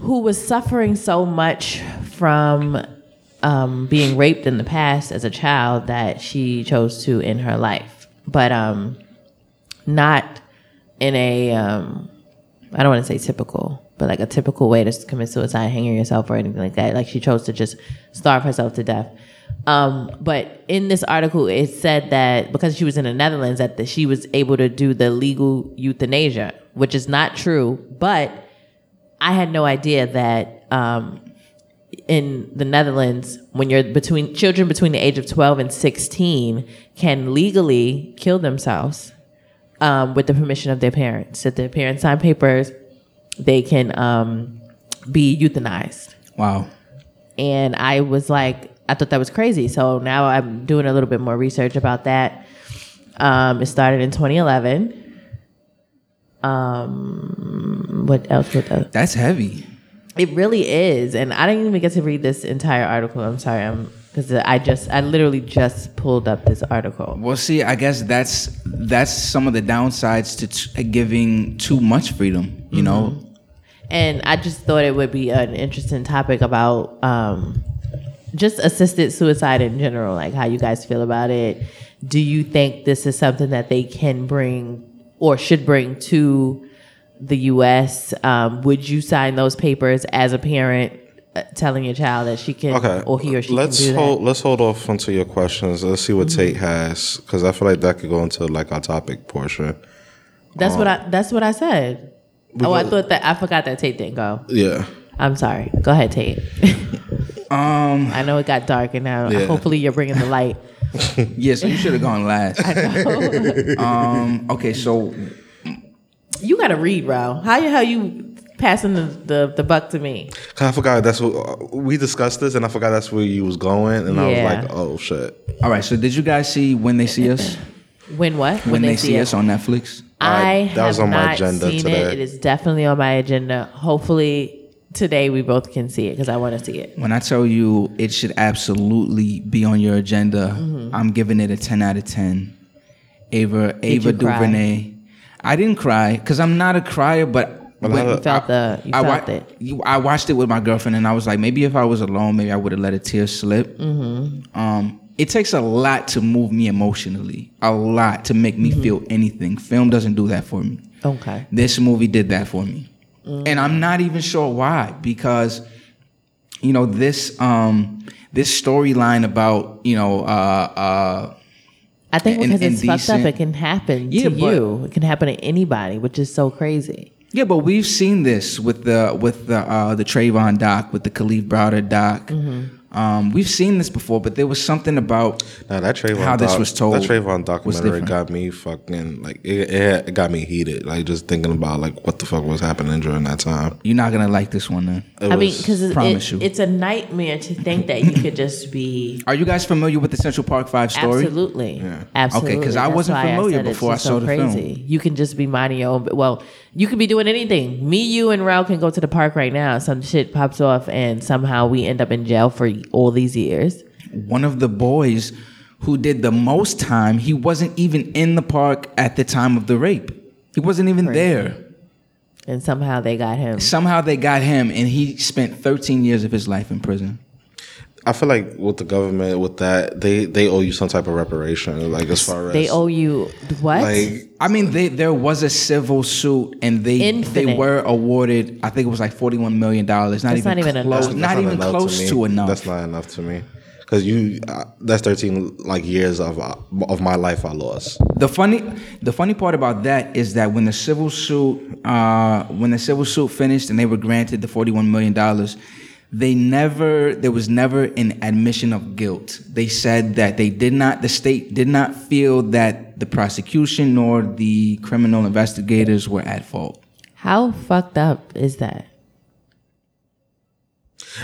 Speaker 1: who was suffering so much from um, being raped in the past as a child that she chose to end her life, but um, not in a um, I don't want to say typical, but like a typical way to s- commit suicide, hanging yourself or anything like that. Like she chose to just starve herself to death. Um, but in this article, it said that because she was in the Netherlands, that the, she was able to do the legal euthanasia, which is not true. But I had no idea that um, in the Netherlands, when you're between children between the age of 12 and 16 can legally kill themselves um, with the permission of their parents. If their parents sign papers, they can um, be euthanized.
Speaker 2: Wow.
Speaker 1: And I was like, I thought that was crazy. So now I'm doing a little bit more research about that. Um, it started in 2011. Um, what else? What else?
Speaker 2: That's heavy.
Speaker 1: It really is, and I didn't even get to read this entire article. I'm sorry, I'm because I just I literally just pulled up this article.
Speaker 2: Well, see, I guess that's that's some of the downsides to t- giving too much freedom. You know,
Speaker 1: and I just thought it would be an interesting topic about um, just assisted suicide in general, like how you guys feel about it. Do you think this is something that they can bring or should bring to the U.S.? Um, would you sign those papers as a parent? uh, Telling your child that she can,
Speaker 3: Okay,
Speaker 1: or he or she
Speaker 3: let's
Speaker 1: can do Mm-hmm.
Speaker 3: hold let's hold off until your questions. Let's see what Tate has because I feel like that could go into like our topic portion.
Speaker 1: that. That's
Speaker 2: Um,
Speaker 1: what I. That's what I said. Oh, I thought that I forgot that Tate didn't go.
Speaker 3: Yeah.
Speaker 1: I'm sorry. Go ahead, Tate.
Speaker 2: um,
Speaker 1: I know it got dark, and now
Speaker 3: Yeah.
Speaker 1: hopefully you're bringing the light.
Speaker 2: yeah. So you should have gone last. um, okay, so
Speaker 1: You got to read, Ro. How the hell you passing the, the, the buck to me?
Speaker 3: Cause I forgot that's what we discussed this, and I forgot that's where you was going, and I was
Speaker 1: Yeah.
Speaker 3: like, "Oh shit!"
Speaker 2: all right. So did you guys see when they see us?
Speaker 1: When what?
Speaker 2: When, they, see us on Netflix?
Speaker 1: I
Speaker 3: I- that was
Speaker 1: have
Speaker 3: on my
Speaker 1: not
Speaker 3: agenda
Speaker 1: seen
Speaker 3: today.
Speaker 1: it. It is definitely on my agenda. Hopefully today we both can see it because I want to see it.
Speaker 2: When I tell you it should absolutely be on your agenda,
Speaker 1: Mm-hmm.
Speaker 2: I'm giving it a 10 out of 10. Ava, Ava
Speaker 1: you cry?
Speaker 2: DuVernay. I didn't cry because I'm not a crier, but when-
Speaker 1: You felt the you
Speaker 2: Uh, I,
Speaker 1: felt
Speaker 2: wa-
Speaker 1: it.
Speaker 2: you- I watched it with my girlfriend, and I was like, maybe if I was alone, maybe I would have let a tear slip.
Speaker 1: Mm-hmm.
Speaker 2: Um, it takes a lot to move me emotionally, a lot to make
Speaker 1: Mm-hmm.
Speaker 2: me feel anything. Film doesn't do that for me.
Speaker 1: Okay.
Speaker 2: This movie did that for me. And I'm not even sure why because you know this um this storyline about, you know, uh uh
Speaker 1: I think
Speaker 2: And-
Speaker 1: because it's fucked
Speaker 2: indecent.
Speaker 1: up, it can happen
Speaker 2: Yeah,
Speaker 1: to
Speaker 2: but-
Speaker 1: you. It can happen to anybody, which is so crazy.
Speaker 2: yeah, but we've seen this with the with the uh the Trayvon doc, with the Khalif Browder doc. Um, we've seen this before, but there was something about
Speaker 3: Nah, that Trayvon.
Speaker 2: How this was told
Speaker 3: That Trayvon
Speaker 2: was
Speaker 3: documentary
Speaker 2: different.
Speaker 3: got me fucking like it, it got me heated. Like just thinking about like what the fuck was happening during that time.
Speaker 2: you're not gonna like this one. Then.
Speaker 3: It
Speaker 1: I mean,
Speaker 3: was-
Speaker 1: because it,
Speaker 2: promise you.
Speaker 1: it's a nightmare to think that you could just be.
Speaker 2: Are you guys familiar with the Central Park Five story?
Speaker 1: Absolutely. Absolutely.
Speaker 2: Okay, 'cause I
Speaker 1: That's
Speaker 2: wasn't
Speaker 1: why I
Speaker 2: familiar
Speaker 1: said it's
Speaker 2: before I
Speaker 1: just
Speaker 2: saw the film.
Speaker 1: You can just be minding your own. Well, you could be doing anything. Me, you, and Rao can go to the park right now. Some shit pops off, and somehow we end up in jail for all these years.
Speaker 2: One of the boys who did the most time, he wasn't even in the park at the time of the rape. He wasn't even there.
Speaker 1: And somehow they got him.
Speaker 2: Somehow they got him, and he spent 13 years of his life in prison.
Speaker 3: I feel like with the government with that they they owe you some type of reparation. Like as far as
Speaker 1: They owe you what?
Speaker 3: like
Speaker 2: I mean, they, there was a civil suit, and they they
Speaker 1: Infinite.
Speaker 2: were awarded. I think it was like forty-one million dollars. Not
Speaker 1: That's
Speaker 2: even
Speaker 1: not even enough.
Speaker 2: close.
Speaker 1: That's
Speaker 2: Not, even
Speaker 3: enough
Speaker 2: close
Speaker 3: me.
Speaker 2: to, enough.
Speaker 3: That's not enough to me. Cause you, uh, that's thirteen like years of uh, of my life I lost.
Speaker 2: the funny the funny part about that is that when the civil suit uh, when the civil suit finished and they were granted the 41 million dollars they never there was never an admission of guilt they said that they did not the state did not feel that the prosecution nor the criminal investigators were at fault
Speaker 1: How fucked up is that?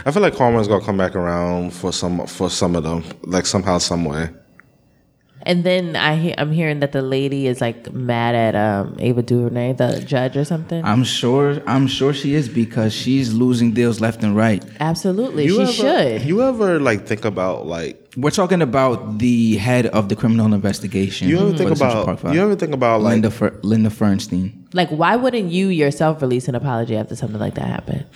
Speaker 3: I feel like karma's gonna come back around for some for some of them, like somehow, some way.
Speaker 1: And then I he- I'm hearing that the lady is like mad at um Ava DuVernay, the judge or something.
Speaker 2: i'm sure i'm sure she is because she's losing deals left and right
Speaker 1: Absolutely,
Speaker 3: You
Speaker 1: she
Speaker 3: ever,
Speaker 1: should.
Speaker 3: You ever like think about like
Speaker 2: we're talking about the head of the criminal investigation
Speaker 3: you ever
Speaker 2: for
Speaker 3: think
Speaker 2: the Mm-hmm. Central
Speaker 3: about
Speaker 2: Park Five,
Speaker 3: you ever think about like
Speaker 2: linda, Fer- linda fernstein
Speaker 1: like, why wouldn't you yourself release an apology after something like that happened?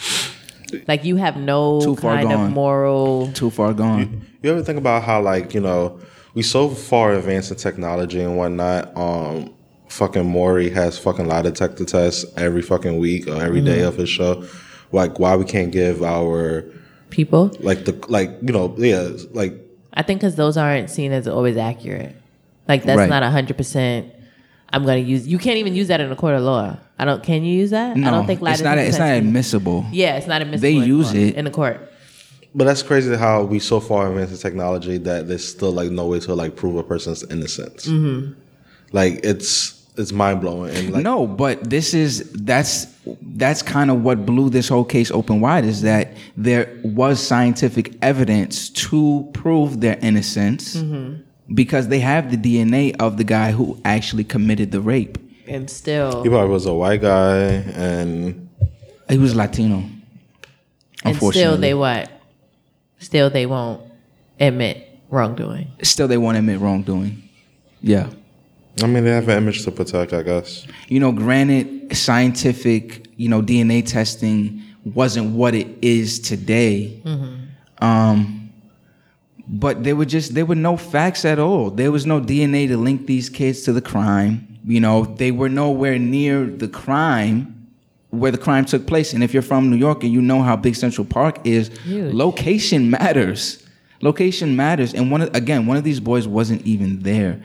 Speaker 1: Like, you have no
Speaker 2: Too far
Speaker 1: kind
Speaker 2: gone.
Speaker 1: of moral.
Speaker 2: too far gone.
Speaker 3: You ever think about how like you know we so far advanced in technology and whatnot? Um, fucking Maury has fucking lie detector tests every fucking week or every day of his show. Like why we can't give our
Speaker 1: People,
Speaker 3: like the like you know yeah like
Speaker 1: I think, because those aren't seen as always accurate. Like, that's
Speaker 2: Right.
Speaker 1: not hundred percent. I'm gonna use. You can't even use that in a court of law. I don't. Can you use that?
Speaker 2: No,
Speaker 1: I don't think. lie
Speaker 2: it's not.
Speaker 1: detector
Speaker 2: It's not
Speaker 1: tests-
Speaker 2: admissible.
Speaker 1: Yeah, it's not admissible.
Speaker 2: They
Speaker 1: in
Speaker 2: use
Speaker 1: court-
Speaker 2: it.
Speaker 1: in the court.
Speaker 3: but that's crazy how we so far advanced in technology that there's still like no way to like prove a person's innocence. Like it's it's mind blowing and like
Speaker 2: no, but this is that's that's kind of what blew this whole case open wide is that there was scientific evidence to prove their innocence
Speaker 1: Mm-hmm.
Speaker 2: because they have the DNA of the guy who actually committed the rape.
Speaker 1: And still,
Speaker 3: he probably was a white guy and
Speaker 2: He was Latino.
Speaker 1: and
Speaker 2: Unfortunately,
Speaker 1: still they what? Still they won't admit wrongdoing.
Speaker 2: still they won't admit wrongdoing. Yeah.
Speaker 3: I mean they have an image to protect, I guess.
Speaker 2: you know, granted, scientific, you know, DNA testing wasn't what it is today. Um, but there were just there were no facts at all. There was no DNA to link these kids to the crime. You know, they were nowhere near the crime where the crime took place. And if you're from New York and you know how big Central Park is,
Speaker 1: Huge.
Speaker 2: location matters. Location matters. And one of, again, one of these boys wasn't even there.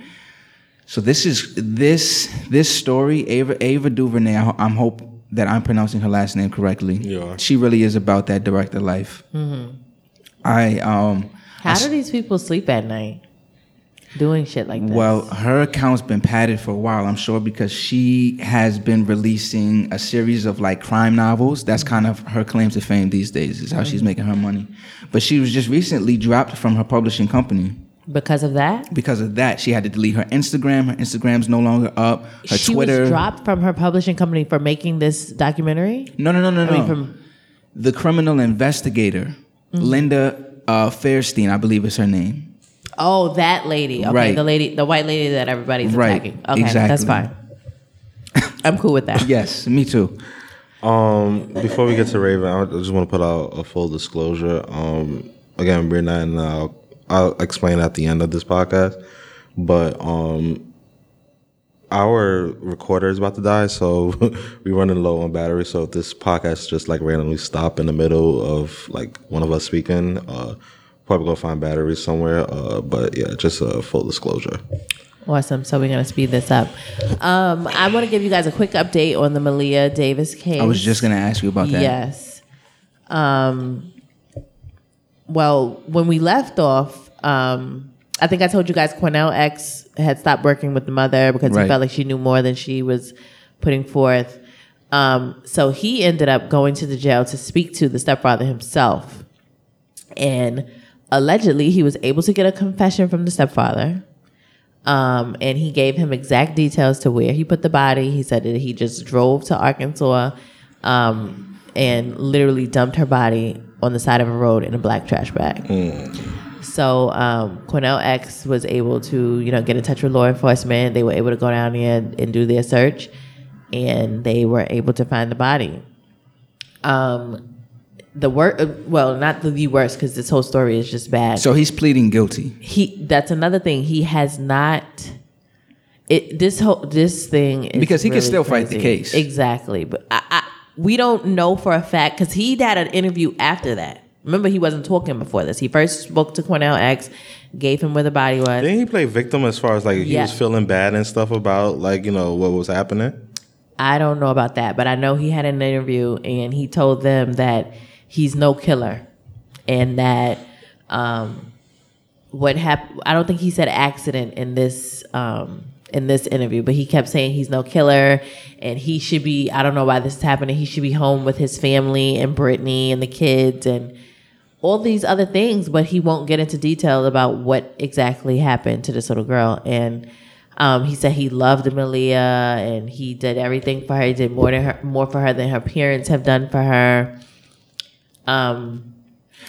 Speaker 2: So this is this this story, Ava Ava DuVernay. I, ho- I'm hope that I'm pronouncing her last name correctly.
Speaker 3: You are.
Speaker 2: She really is about that director life. I um
Speaker 1: How do these people sleep at night doing shit like this?
Speaker 2: well, her account's been padded for a while, I'm sure, because she has been releasing a series of like crime novels. That's kind of her claim to fame these days. Is how she's making her money. But she was just recently dropped from her publishing company.
Speaker 1: because of that,
Speaker 2: Because of that, she had to delete her Instagram. Her Instagram's no longer up. Her
Speaker 1: she
Speaker 2: Twitter.
Speaker 1: was dropped from her publishing company for making this documentary.
Speaker 2: No, no, no, no, no.
Speaker 1: I mean, from Mm-hmm.
Speaker 2: the criminal investigator, Linda uh, Fairstein, I believe is her name.
Speaker 1: oh that lady, okay,
Speaker 2: Right.
Speaker 1: the lady, the white lady that everybody's
Speaker 2: Right,
Speaker 1: attacking. Okay, that's
Speaker 2: exactly.
Speaker 1: fine. I'm cool with that.
Speaker 2: Yes, me too.
Speaker 3: Um, before we get to Raven, I just want to put out a full disclosure. Um, again, we're not, and I'll, I'll explain at the end of this podcast, but um, our recorder is about to die, so we're running low on battery. So if this podcast just like randomly stop in the middle of like one of us speaking, uh, probably go find batteries somewhere. Uh, but yeah, just a full disclosure.
Speaker 1: Awesome. So we're gonna speed this up. Um, I want to give you guys a quick update on the Malia Davis case.
Speaker 2: I was just going to ask you about that.
Speaker 1: Yes. Um, well, when we left off, um, I think I told you guys Cornell X had stopped working with the mother because he
Speaker 2: Right.
Speaker 1: felt like she knew more than she was putting forth. Um, so he ended up going to the jail to speak to the stepfather himself. And allegedly, he was able to get a confession from the stepfather. Um, and he gave him exact details to where he put the body. He said that he just drove to Arkansas um, and literally dumped her body on the side of a road in a black trash bag. So um, Cornell X was able to, you know, get in touch with law enforcement. They were able to go down there and, and do their search, and they were able to find the body. Um, the worst, well, not the, the worst, because this whole story is just bad
Speaker 2: So he's pleading guilty.
Speaker 1: he that's another thing he has not it this whole this thing is
Speaker 2: Because he can
Speaker 1: really
Speaker 2: still fight the
Speaker 1: crazy.
Speaker 2: case.
Speaker 1: exactly but I, I we don't know for a fact because he had an interview after that remember he wasn't talking before this he first spoke to Cornell X gave him where the body was
Speaker 3: Didn't he play victim as far as like he
Speaker 1: Yeah.
Speaker 3: was feeling bad and stuff about like you know what was happening?
Speaker 1: I don't know about that, but I know he had an interview and he told them that he's no killer and that um, what happened. I don't think he said accident in this um, in this interview, but he kept saying he's no killer and he should be. I don't know why this is happening. He should be home with his family and Brittany and the kids and all these other things, but he won't get into detail about what exactly happened to this little girl. And um, he said he loved Amelia and he did everything for her. He did more than her, more for her than her parents have done for her. Um,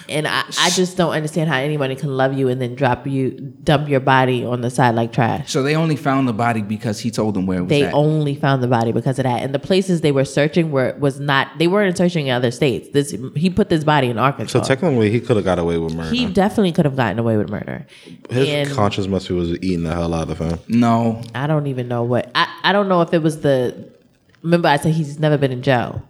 Speaker 1: and I, I just don't understand how anybody can love you and then drop you, dump your body on the side like trash.
Speaker 2: So they only found the body because he told them where it was
Speaker 1: They
Speaker 2: at.
Speaker 1: only found the body because of that, and the places they were searching were was not. They weren't searching in other states. This he put this body in Arkansas.
Speaker 3: So technically, he could have got away with murder.
Speaker 1: Uh, He definitely could have gotten away with murder.
Speaker 3: His
Speaker 1: and
Speaker 3: conscience must be was eating the hell out of him.
Speaker 2: no,
Speaker 1: I don't even know what I, I don't know if it was the remember I said he's never been in jail.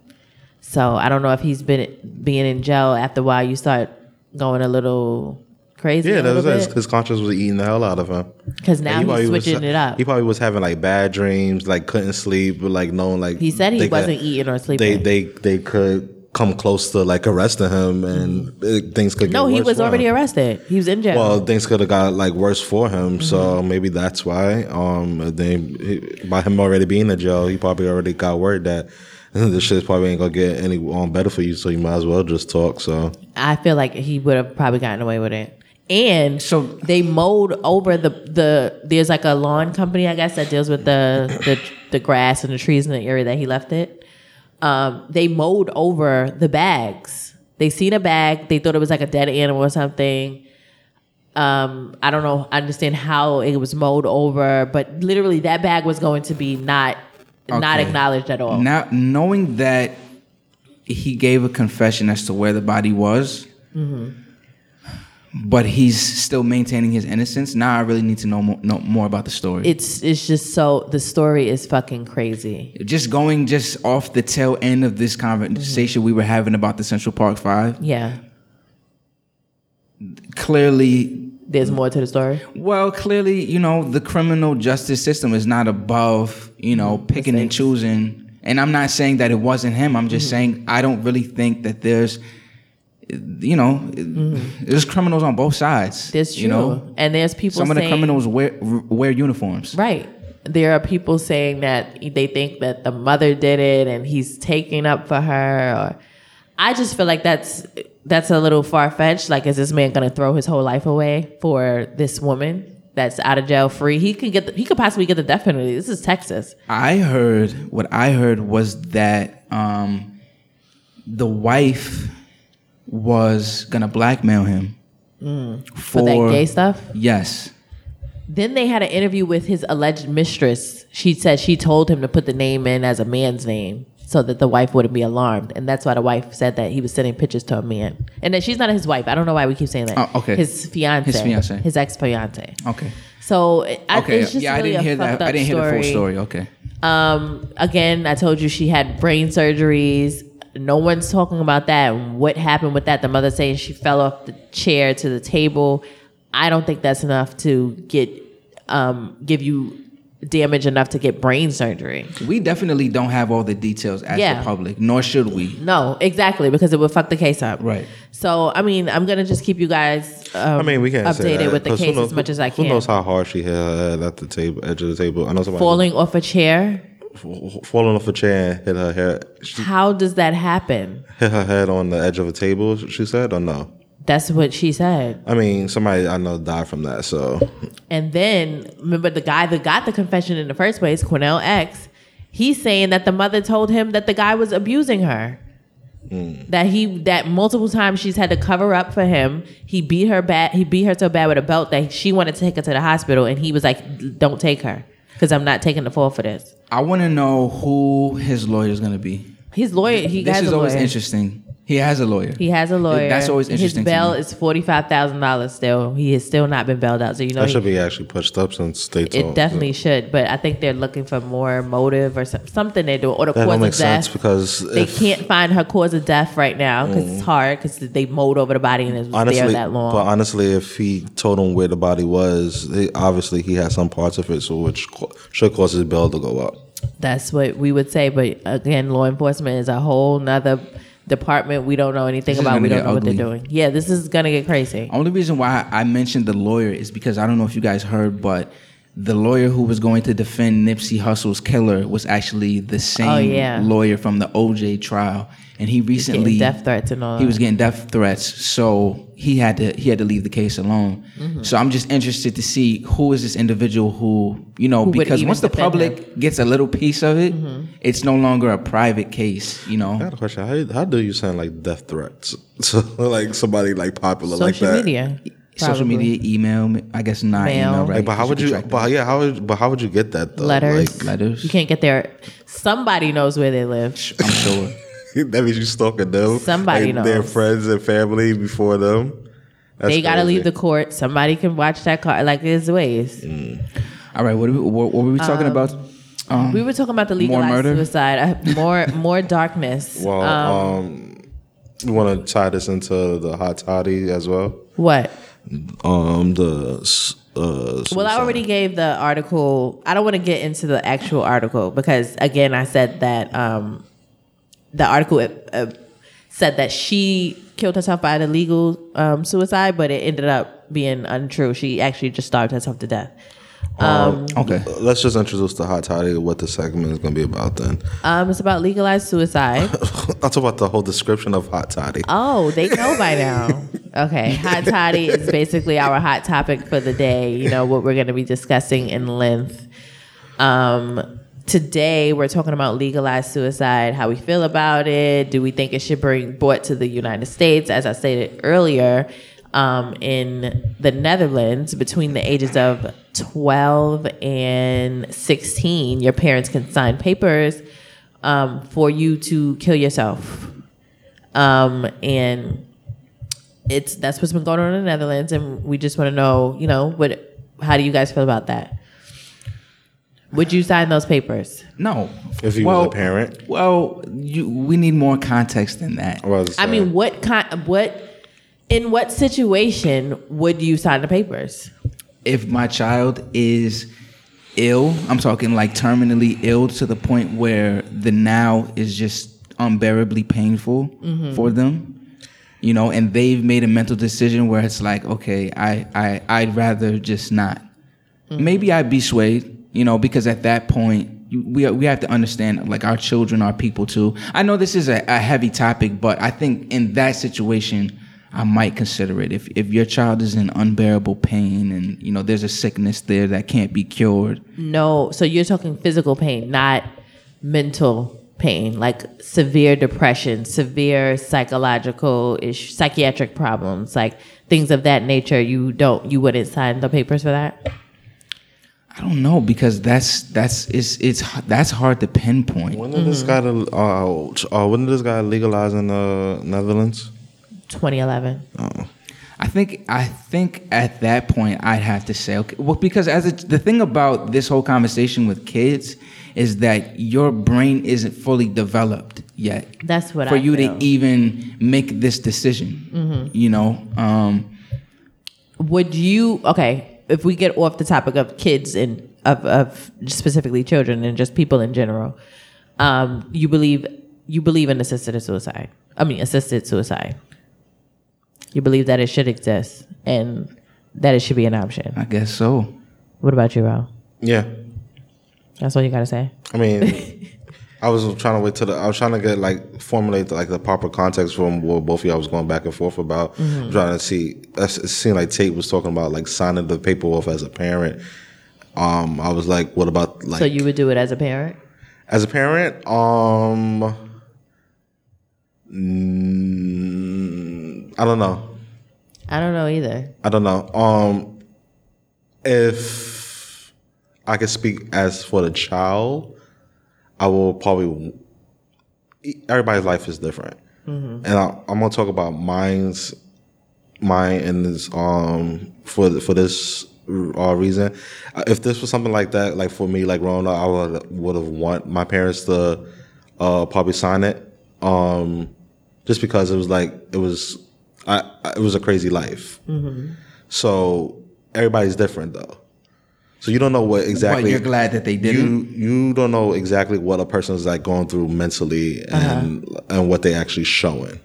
Speaker 1: So I don't know if he's been being in jail after a while you start going a little crazy.
Speaker 3: Yeah,
Speaker 1: a
Speaker 3: that was
Speaker 1: little
Speaker 3: it.
Speaker 1: bit.
Speaker 3: His conscience was eating the hell out of him.
Speaker 1: Because now
Speaker 3: He probably
Speaker 1: he's switching
Speaker 3: was,
Speaker 1: it up.
Speaker 3: He probably was having like bad dreams, like couldn't sleep, but like knowing like
Speaker 1: He said he
Speaker 3: they could-
Speaker 1: wasn't eating or
Speaker 3: They
Speaker 1: sleeping.
Speaker 3: they they could come close to like arresting him, and uh, things could.
Speaker 1: no,
Speaker 3: get
Speaker 1: he
Speaker 3: worse
Speaker 1: was
Speaker 3: for
Speaker 1: already
Speaker 3: him.
Speaker 1: arrested. He was in jail.
Speaker 3: Well, things could have got like worse for him,
Speaker 1: Mm-hmm.
Speaker 3: so maybe that's why. Um, they he- by him already being in jail, he probably already got word that this shit's probably ain't gonna get any um, better for you. So you might as well just talk. So
Speaker 1: I feel like he would have probably gotten away with it. And
Speaker 2: So-
Speaker 1: they mowed over the the there's like a lawn company I guess that deals with the the, the grass and the trees in the area that he left it. Um, they mowed over the bags. They seen a bag. They thought it was like a dead animal or something. Um, I don't know. I understand how it was mowed over, but literally that bag was going to be not not
Speaker 2: Okay.
Speaker 1: acknowledged at all.
Speaker 2: now knowing that he gave a confession as to where the body was,
Speaker 1: Mm-hmm.
Speaker 2: but he's still maintaining his innocence. Now I really need to know, mo- know more about the story.
Speaker 1: it's it's just so the story is fucking crazy.
Speaker 2: just going just off the tail end of this
Speaker 1: Mm-hmm.
Speaker 2: conversation we were having about the Central Park Five,
Speaker 1: Yeah.
Speaker 2: clearly
Speaker 1: There's more to the story.
Speaker 2: Well, clearly, you know, the criminal justice system is not above, you know,
Speaker 1: Mm-hmm.
Speaker 2: picking and choosing. And I'm not saying that it wasn't him. I'm
Speaker 1: Mm-hmm.
Speaker 2: just saying I don't really think that there's, you know, there's criminals on both sides.
Speaker 1: There's Mm-hmm. true.
Speaker 2: You know,
Speaker 1: and there's people
Speaker 2: some of the
Speaker 1: saying,
Speaker 2: criminals wear wear uniforms.
Speaker 1: Right. There are people saying that they think that the mother did it and he's taking up for her or I just feel like that's that's a little far fetched. Like is this man gonna throw his whole life away for this woman that's out of jail free? He could get the, he could possibly get the death penalty. This is Texas.
Speaker 2: I heard what I heard was that um, the wife was gonna blackmail him
Speaker 1: Mm. For
Speaker 2: for,
Speaker 1: that gay stuff.
Speaker 2: Yes.
Speaker 1: Then they had an interview with his alleged mistress. She said she told him to put the name in as a man's name so that the wife wouldn't be alarmed. And that's why the wife said that he was sending pictures to a man. And that she's not his wife. I don't know why we keep saying that.
Speaker 2: Oh, okay.
Speaker 1: His fiance.
Speaker 2: His fiance.
Speaker 1: His ex fiance.
Speaker 2: Okay.
Speaker 1: So it- I,
Speaker 2: Okay.
Speaker 1: it's just
Speaker 2: yeah,
Speaker 1: really
Speaker 2: I didn't
Speaker 1: a
Speaker 2: hear
Speaker 1: fucked
Speaker 2: that. I
Speaker 1: up
Speaker 2: didn't hear the full
Speaker 1: story.
Speaker 2: story. Okay.
Speaker 1: Um, again, I told you she had brain surgeries. No one's talking about that. and What happened with that? The mother saying she fell off the chair to the table. I don't think that's enough to get um, give you damage enough to get brain surgery.
Speaker 2: We definitely don't have all the details as
Speaker 1: Yeah.
Speaker 2: the public, nor should we.
Speaker 1: No, exactly, because it would fuck the case up.
Speaker 2: Right.
Speaker 1: So, I mean, I'm gonna just keep you guys. Um,
Speaker 3: I mean, we can't say
Speaker 1: updated
Speaker 3: that,
Speaker 1: with the
Speaker 3: 'cause who
Speaker 1: case
Speaker 3: knows-
Speaker 1: as much as I
Speaker 3: Who
Speaker 1: can.
Speaker 3: knows how hard she had at the table, edge of the table? I know somebody
Speaker 1: Falling off a chair.
Speaker 3: f- f- falling off a chair and hit her head. She
Speaker 1: How does that happen?
Speaker 3: hit her head on the edge of a table. She said, or no?
Speaker 1: That's what she said.
Speaker 3: I mean, somebody I know died from that. So
Speaker 1: And then remember the guy that got the confession in the first place, Quinnell X. He's saying that the mother told him that the guy was abusing her.
Speaker 2: Mm.
Speaker 1: That he that multiple times she's had to cover up for him. He beat her bad. He beat her so bad with a belt that she wanted to take her to the hospital, and he was like, "Don't take her, because I'm not taking the fall for this."
Speaker 2: I want to know who his lawyer is going to be.
Speaker 1: His lawyer. He
Speaker 2: this
Speaker 1: has
Speaker 2: is
Speaker 1: a
Speaker 2: always
Speaker 1: lawyer.
Speaker 2: interesting. He has a lawyer.
Speaker 1: He has a lawyer.
Speaker 2: That's always interesting
Speaker 1: His
Speaker 2: to
Speaker 1: bail
Speaker 2: me.
Speaker 1: is forty five thousand dollars. Still, he has still not been bailed out. So you know
Speaker 3: that
Speaker 1: he-
Speaker 3: should be actually pushed up since they
Speaker 1: it
Speaker 3: told.
Speaker 1: definitely should. But I think they're looking for more motive or some, something they're doing or the
Speaker 3: that
Speaker 1: cause
Speaker 3: don't
Speaker 1: of
Speaker 3: make sense
Speaker 1: death.
Speaker 3: because
Speaker 1: They
Speaker 3: if- Mm-hmm.
Speaker 1: can't find her cause of death right now because it's hard because they mowed over the body and it was there
Speaker 3: honestly,
Speaker 1: that long.
Speaker 3: but honestly, if he told him where the body was, they, obviously he had some parts of it, so which co- should cause his bail to go up.
Speaker 1: That's what we would say. But again, law enforcement is a whole nother department we don't know anything
Speaker 2: This is
Speaker 1: about. We don't
Speaker 2: gonna get
Speaker 1: know what they're
Speaker 2: ugly.
Speaker 1: doing. Yeah, this is gonna get crazy.
Speaker 2: Only reason why I mentioned the lawyer is because I don't know if you guys heard, but the lawyer who was going to defend Nipsey Hussle's killer was actually the same
Speaker 1: Oh, yeah.
Speaker 2: lawyer from the OJ trial, and he recently
Speaker 1: Getting death threats and all.
Speaker 2: he
Speaker 1: that.
Speaker 2: was getting death threats, so he had to he had to leave the case alone.
Speaker 1: Mm-hmm.
Speaker 2: So I'm just interested to see who is this individual who you know
Speaker 1: would
Speaker 2: because
Speaker 1: even
Speaker 2: once the
Speaker 1: defend Mm-hmm.
Speaker 2: public gets a little piece of it, it's no longer a private case. You know,
Speaker 3: I got a question. How, how do you sound like death threats? So like somebody like popular like
Speaker 1: social
Speaker 3: that.
Speaker 1: media.
Speaker 2: social
Speaker 1: probably.
Speaker 2: media, email, I guess not
Speaker 1: Mail.
Speaker 2: email, right?
Speaker 3: Like, but how
Speaker 2: Because
Speaker 3: would
Speaker 2: can
Speaker 3: you?
Speaker 2: track
Speaker 3: But yeah, how would? But how would you get that though?
Speaker 1: letters.
Speaker 3: Like,
Speaker 2: letters.
Speaker 1: You can't get there. Somebody knows where they live.
Speaker 2: I'm sure.
Speaker 3: that means you stalking them.
Speaker 1: Somebody
Speaker 3: like, Their
Speaker 1: knows.
Speaker 3: friends and family before them. That's
Speaker 1: they got to
Speaker 3: crazy.
Speaker 1: leave the court. Somebody can watch that car. Like there's ways.
Speaker 2: All right, what, are we, what, what were we talking about? Um,
Speaker 1: We were talking about the
Speaker 2: More
Speaker 1: legalized
Speaker 2: murder?
Speaker 1: suicide. Uh, more more darkness.
Speaker 3: Well, um, you want to tie this into the hot toddy as well?
Speaker 1: what?
Speaker 3: Um, the s- uh.
Speaker 1: Well, I
Speaker 3: suicide.
Speaker 1: already gave the article. I don't want to get into the actual article because again, I said that um, the article uh, said that she killed herself by an illegal um, suicide, but it ended up being untrue. She actually just starved herself to death. Um,
Speaker 2: okay.
Speaker 3: Let's just introduce the hot toddy. What the segment is going to be about then?
Speaker 1: Um, it's about legalized suicide.
Speaker 3: I'll talk about the whole description of hot toddy.
Speaker 1: Oh, they know by now. Okay. Hot toddy is basically our hot topic for the day, you know, what we're going to be discussing in length. Um, today, we're talking about legalized suicide, how we feel about it. Do we think it should bring brought to the United States? As I stated earlier, um, in the Netherlands, between the ages of 12 and 16, your parents can sign papers um, for you to kill yourself um, and it's that's what's been going on in the Netherlands, and we just want to know, you know, what? How do you guys feel about that? Would you sign those papers?
Speaker 2: No.
Speaker 3: If he was a parent?
Speaker 2: Well, you, we need more context than that.
Speaker 3: was,
Speaker 1: I
Speaker 3: uh,
Speaker 1: mean, what kind? What? In what situation would you sign the papers?
Speaker 2: If my child is ill, I'm talking like terminally ill to the point where the now is just unbearably painful for them. You know, and they've made a mental decision where it's like, okay, I, I I'd rather just not. Mm-hmm. Maybe I'd be swayed, you know, because at that point you- we we have to understand like our children are people too. I know this is a, a heavy topic, but I think in that situation I might consider it if if your child is in unbearable pain and you know there's a sickness there that can't be cured.
Speaker 1: No, so you're talking physical pain, not mental pain, like severe depression, severe psychological ish, psychiatric problems, like things of that nature. You don't, you wouldn't sign the papers for that.
Speaker 2: I don't know because that's that's it's it's that's hard to pinpoint.
Speaker 3: when did this guy
Speaker 1: mm-hmm.
Speaker 3: uh, uh, when did this guy legalize in the Netherlands? Uh,
Speaker 1: 2011.
Speaker 2: I think I think at that point I'd have to say okay, well because as a, the thing about this whole conversation with kids is that your brain isn't fully developed yet
Speaker 1: That's what
Speaker 2: for
Speaker 1: I Mm-hmm.
Speaker 2: you
Speaker 1: feel.
Speaker 2: to even make this decision. You know, um,
Speaker 1: Would you okay? If we get off the topic of kids and of, of specifically children and just people in general, um, you believe you believe in assisted suicide. I mean, assisted suicide. You believe that it should exist and that it should be an option.
Speaker 2: I guess so.
Speaker 1: What about you, Ro?
Speaker 3: Yeah.
Speaker 1: That's all you gotta say.
Speaker 3: I mean, I was trying to wait till the, I was trying to get like formulate like the proper context from what both of y'all was going back and forth about.
Speaker 1: Mm-hmm.
Speaker 3: I'm trying to see, that's- it seemed like Tate was talking about like signing the paper off as a parent. Um, I was like, what about like
Speaker 1: So you would do it as a parent?
Speaker 3: as a parent? Um, mm, I don't know.
Speaker 1: I don't know either.
Speaker 3: I don't know. Um, if I could speak as for the child, I will probably. e, Everybody's life is different, and I, I'm gonna talk about mine's, mine, and this um for the- for this uh, reason. Uh, If this was something like that, like for me, like growing up, I would would have want my parents to uh probably sign it, um, just because it was like it was. I, I, it was a crazy life. So everybody's different though. So you don't know what exactly.
Speaker 2: But you're glad that they didn't.
Speaker 3: you you don't know exactly what a person's like going through mentally
Speaker 2: Uh-huh.
Speaker 3: and and what they actually showing.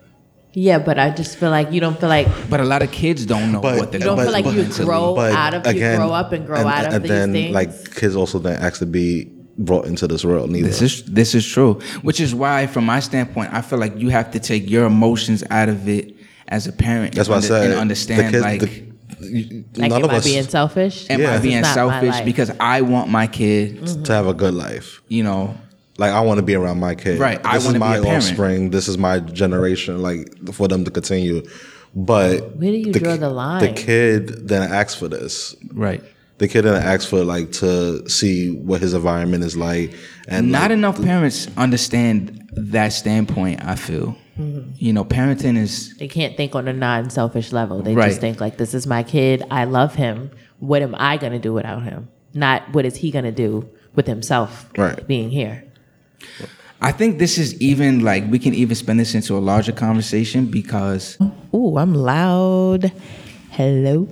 Speaker 1: Yeah, but I just feel like you don't feel like
Speaker 2: but a lot of kids don't know
Speaker 3: But-
Speaker 2: what they're
Speaker 3: You
Speaker 1: don't
Speaker 2: going
Speaker 1: feel like
Speaker 2: through
Speaker 1: you
Speaker 2: mentally.
Speaker 1: grow
Speaker 3: But
Speaker 1: out of
Speaker 3: again,
Speaker 1: you grow up and grow
Speaker 3: and,
Speaker 1: out of
Speaker 3: and
Speaker 1: these
Speaker 3: then
Speaker 1: things.
Speaker 3: like kids also then actually be brought into this world. Neither.
Speaker 2: This is this is true, which is why, from my standpoint, I feel like you have to take your emotions out of it as a parent.
Speaker 3: That's why I
Speaker 2: and,
Speaker 3: said
Speaker 2: and understand
Speaker 3: the
Speaker 2: like.
Speaker 3: kids, the- you-
Speaker 1: like
Speaker 3: none
Speaker 1: am
Speaker 3: of
Speaker 1: I
Speaker 3: us
Speaker 1: being selfish?
Speaker 2: Am
Speaker 3: Yeah.
Speaker 2: I
Speaker 3: This is
Speaker 2: being
Speaker 1: not my
Speaker 2: selfish
Speaker 1: life. Mm-hmm.
Speaker 2: because I want my kid,
Speaker 3: to have a good life.
Speaker 2: you know,
Speaker 3: Like I want to be around my kid.
Speaker 2: Right,
Speaker 3: This
Speaker 2: I
Speaker 3: is
Speaker 2: wanna be
Speaker 3: my
Speaker 2: a parent.
Speaker 3: offspring. This is my generation. Like for them to continue, but
Speaker 1: Where do you draw
Speaker 3: ki-
Speaker 1: the line?
Speaker 3: The kid then asks for this.
Speaker 2: right?
Speaker 3: The kid then asks for like to see what his environment is like, and
Speaker 2: Not
Speaker 3: like,
Speaker 2: enough parents understand that standpoint. I feel,
Speaker 1: Mm-hmm.
Speaker 2: you know, parenting is
Speaker 1: They can't think on a non selfish level. They
Speaker 2: Right.
Speaker 1: just think like this is my kid, I love him. What am I gonna do without him? Not what is he gonna do with himself
Speaker 3: Right.
Speaker 1: being here.
Speaker 2: I think this is even like we can even spin this into a larger conversation because
Speaker 1: Ooh, I'm loud. Hello.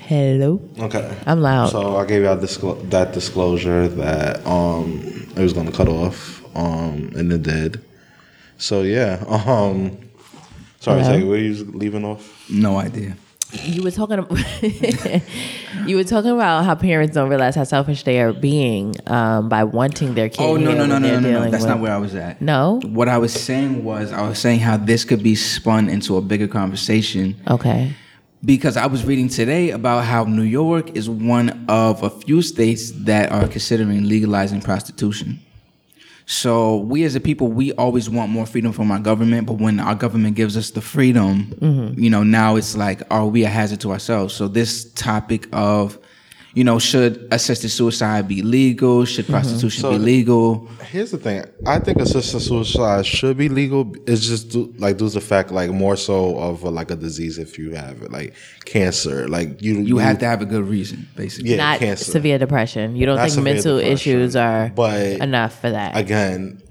Speaker 1: Hello.
Speaker 3: okay.
Speaker 1: I'm loud.
Speaker 3: So I gave out disclo- that disclosure that um it was gonna cut off um and it did. So yeah um sorry
Speaker 1: Hello?
Speaker 3: Zay, where you leaving off?
Speaker 2: no idea.
Speaker 1: you were talking ab- you were talking about how parents don't realize how selfish they are being um, by wanting their kids.
Speaker 2: Oh no no no no no no! no. That's not where I was at.
Speaker 1: No?
Speaker 2: What I was saying was I was saying how this could be spun into a bigger conversation
Speaker 1: Okay.
Speaker 2: because I was reading today about how New York is one of a few states that are considering legalizing prostitution. So we as a people, we always want more freedom from our government, but when our government gives us the freedom, you know, now it's like, are we a hazard to ourselves? So this topic of, you know, should assisted suicide be legal? Should prostitution be legal?
Speaker 3: Here's the thing. I think assisted suicide should be legal. It's just due, like due to the fact like more so of uh, like a disease if you have it like cancer like you
Speaker 2: You have to have a good reason, basically.
Speaker 3: Yeah,
Speaker 1: not
Speaker 3: cancer.
Speaker 1: severe depression. You don't
Speaker 3: Not
Speaker 1: think
Speaker 3: severe
Speaker 1: mental
Speaker 3: depression,
Speaker 1: issues are
Speaker 3: but
Speaker 1: enough for that.
Speaker 3: again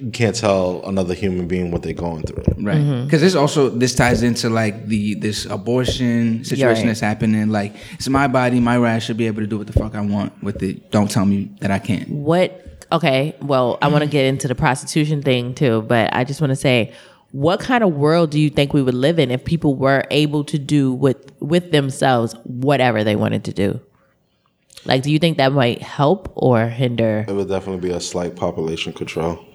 Speaker 3: you can't tell another human being what they're going through.
Speaker 2: Right.
Speaker 1: Mm-hmm.
Speaker 2: Because this also this ties into like the this abortion situation
Speaker 1: right.
Speaker 2: that's happening. Like it's my body, my right. I should be able to do what the fuck I want with it. Don't tell me that I can't.
Speaker 1: what okay, well, I want to get into the prostitution thing too, but I just want to say what kind of world do you think we would live in if people were able to do with with themselves whatever they wanted to do? Like do you think that might help or hinder?
Speaker 3: It would definitely be a slight population control.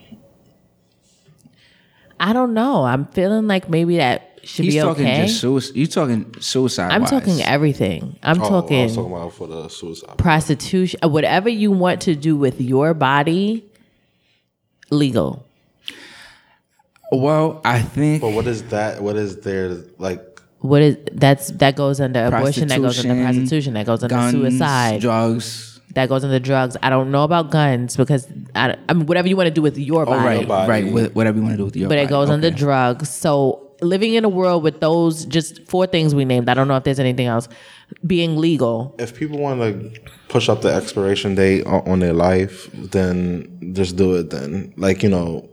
Speaker 1: I don't know. I'm feeling like maybe that should
Speaker 2: He's
Speaker 1: be
Speaker 2: talking
Speaker 1: okay.
Speaker 2: just suicide. You talking suicide?
Speaker 1: I'm talking everything. I'm
Speaker 3: Oh, I
Speaker 1: talking
Speaker 3: was talking about for the suicide.
Speaker 1: prostitution, uh, whatever you want to do with your body, legal.
Speaker 2: Well, I think
Speaker 3: But what is that? What is there like?
Speaker 1: What is that's that goes under abortion, that goes under prostitution,
Speaker 2: Prostitution,
Speaker 1: that goes under
Speaker 2: guns,
Speaker 1: suicide,
Speaker 2: drugs.
Speaker 1: that goes under drugs. I don't know about guns because I, I mean whatever you want to do with your
Speaker 2: Oh,
Speaker 1: body,
Speaker 2: right,
Speaker 3: body.
Speaker 2: right. With, whatever you want to do with your
Speaker 1: but
Speaker 2: body. Oh,
Speaker 1: it goes under
Speaker 2: Okay.
Speaker 1: drugs. So living in a world with those just four things we named, I don't know if there's anything else being legal.
Speaker 3: If people want to push up the expiration date o- on their life, then just do it. Then, like you know,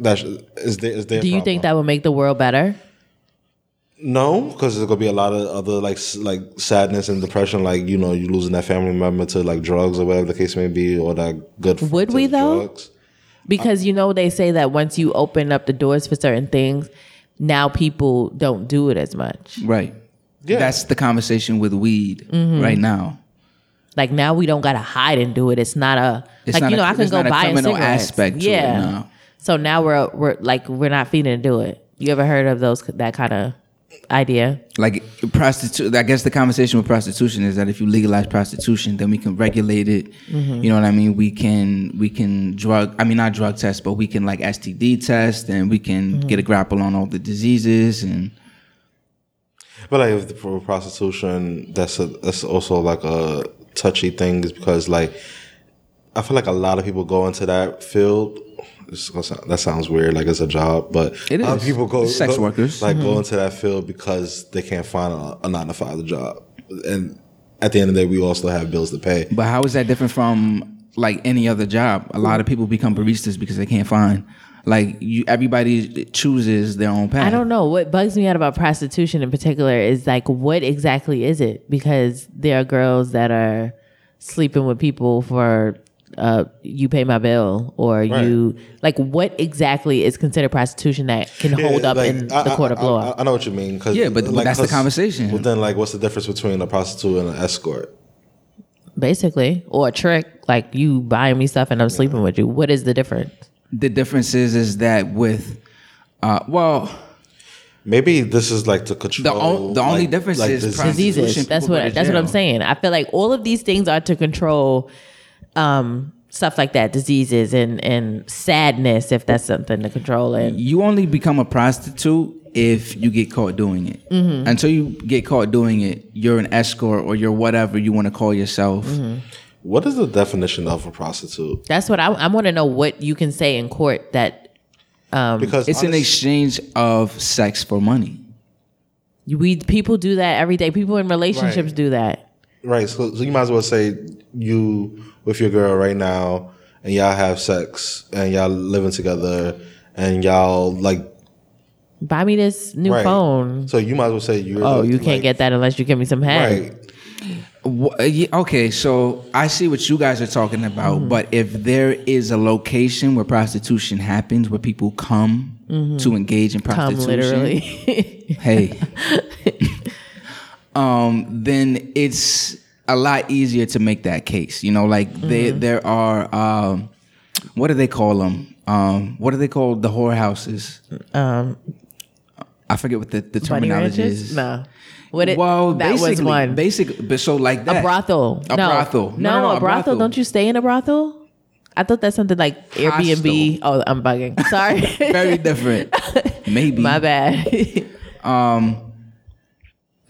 Speaker 3: that's is there. Is there
Speaker 1: Do you think that would make the world better?
Speaker 3: No, because there's gonna be a lot of other like s- like sadness and depression, like you know, you losing that family member to like drugs or whatever the case may be, or that good. f-
Speaker 1: Would
Speaker 3: to
Speaker 1: we, though?
Speaker 3: Drugs.
Speaker 1: Because you know they say that once you open up the doors for certain things, now people don't do it as much.
Speaker 2: Right.
Speaker 3: Yeah.
Speaker 2: That's the conversation with weed
Speaker 1: Mm-hmm.
Speaker 2: right now.
Speaker 1: Like now we don't gotta hide and do it. It's not a
Speaker 2: It's
Speaker 1: like
Speaker 2: not
Speaker 1: you know
Speaker 2: a-
Speaker 1: I can
Speaker 2: there's
Speaker 1: go
Speaker 2: not a
Speaker 1: buy a
Speaker 2: criminal
Speaker 1: cigarette.
Speaker 2: aspect to it,
Speaker 1: yeah.
Speaker 2: no.
Speaker 1: So now we're we're like we're not feeding to do it. You ever heard of those that kind of idea?
Speaker 2: Like prostitute, I guess the conversation with prostitution is that if you legalize prostitution, then we can regulate it.
Speaker 1: Mm-hmm.
Speaker 2: You know what I mean? We can we can drug, I mean not drug test, but we can like STD test, and we can
Speaker 1: Mm-hmm.
Speaker 2: get a grapple on all the diseases. And
Speaker 3: But like if the- for prostitution, that's a, that's also like a touchy thing, is because like I feel like a lot of people go into that field. This is gonna sound, that sounds weird, like it's a job, but
Speaker 2: It
Speaker 3: a lot of
Speaker 2: is.
Speaker 3: people go
Speaker 2: Sex
Speaker 3: go-
Speaker 2: workers. Mm-hmm.
Speaker 3: like go into that field because they can't find a, a nine to five job, and at the end of the day, we also have bills to pay.
Speaker 2: but how is that different from like any other job? A lot of people become baristas because they can't find. Like you, everybody chooses their own path.
Speaker 1: I don't know. What bugs me out about prostitution in particular is like, what exactly is it? Because there are girls that are sleeping with people for uh, you pay my bill or you like what exactly is considered prostitution that can hold
Speaker 3: Yeah,
Speaker 1: up
Speaker 3: like,
Speaker 1: in
Speaker 3: I-
Speaker 1: the court of
Speaker 3: I- I-
Speaker 1: law?
Speaker 3: I, I know what you mean. Cause,
Speaker 2: Yeah, but- but that's the
Speaker 3: 'cause-
Speaker 2: conversation.
Speaker 3: But then, like, what's the difference between a prostitute and an escort?
Speaker 1: basically, or a trick like you buying me stuff and I'm sleeping with you. What is the difference?
Speaker 2: the difference is is that with uh well
Speaker 3: Maybe this is like to control.
Speaker 2: the only
Speaker 3: like-
Speaker 2: difference
Speaker 3: like
Speaker 2: is
Speaker 3: disease.
Speaker 2: prostitution.
Speaker 1: diseases.
Speaker 2: People
Speaker 1: That's
Speaker 2: go to
Speaker 1: what that's what I'm
Speaker 2: jail.
Speaker 1: saying. I feel like all of these things are to control um, stuff like that, diseases and and sadness, if that's something to control. And
Speaker 2: you only become a prostitute if you get caught doing it
Speaker 1: Mm-hmm.
Speaker 2: until you get caught doing it you're an escort or you're whatever you want to call yourself
Speaker 1: Mm-hmm.
Speaker 3: What is the definition of a prostitute?
Speaker 1: that's what I, I want to know what you can say in court that Um,
Speaker 3: Because
Speaker 2: it's an
Speaker 3: honest-
Speaker 2: exchange of sex for money
Speaker 1: we people do that every day. People in relationships
Speaker 3: Right.
Speaker 1: do that.
Speaker 3: right. So, so you might as well say you with your girl right now, and y'all have sex, and y'all living together, and y'all like
Speaker 1: Buy me this new
Speaker 3: right.
Speaker 1: phone.
Speaker 3: So you might as well say you're.
Speaker 1: Oh,
Speaker 3: the-
Speaker 1: you can't
Speaker 3: like-
Speaker 1: get that unless you give me some head.
Speaker 3: right.
Speaker 2: Wha- uh, yeah, Okay, so I see what you guys are talking about,
Speaker 1: Mm-hmm.
Speaker 2: but if there is a location where prostitution happens, where people come to engage in
Speaker 1: Mm-hmm. Come
Speaker 2: prostitution,
Speaker 1: literally.
Speaker 2: hey um then it's a lot easier to make that case you know like they
Speaker 1: Mm-hmm.
Speaker 2: there are um what do they call them um what are they called the whorehouses
Speaker 1: um,
Speaker 2: i forget what the, the
Speaker 1: bunny
Speaker 2: terminology
Speaker 1: ranches?
Speaker 2: is
Speaker 1: No. What it,
Speaker 2: well
Speaker 1: that
Speaker 2: basically
Speaker 1: was one.
Speaker 2: basically but so like that
Speaker 1: A brothel.
Speaker 2: A
Speaker 1: no.
Speaker 2: brothel.
Speaker 1: No, a, brothel. Don't you stay in a brothel? I thought that's something like Airbnb. Oh, I'm bugging. Sorry.
Speaker 2: very different maybe
Speaker 1: My bad.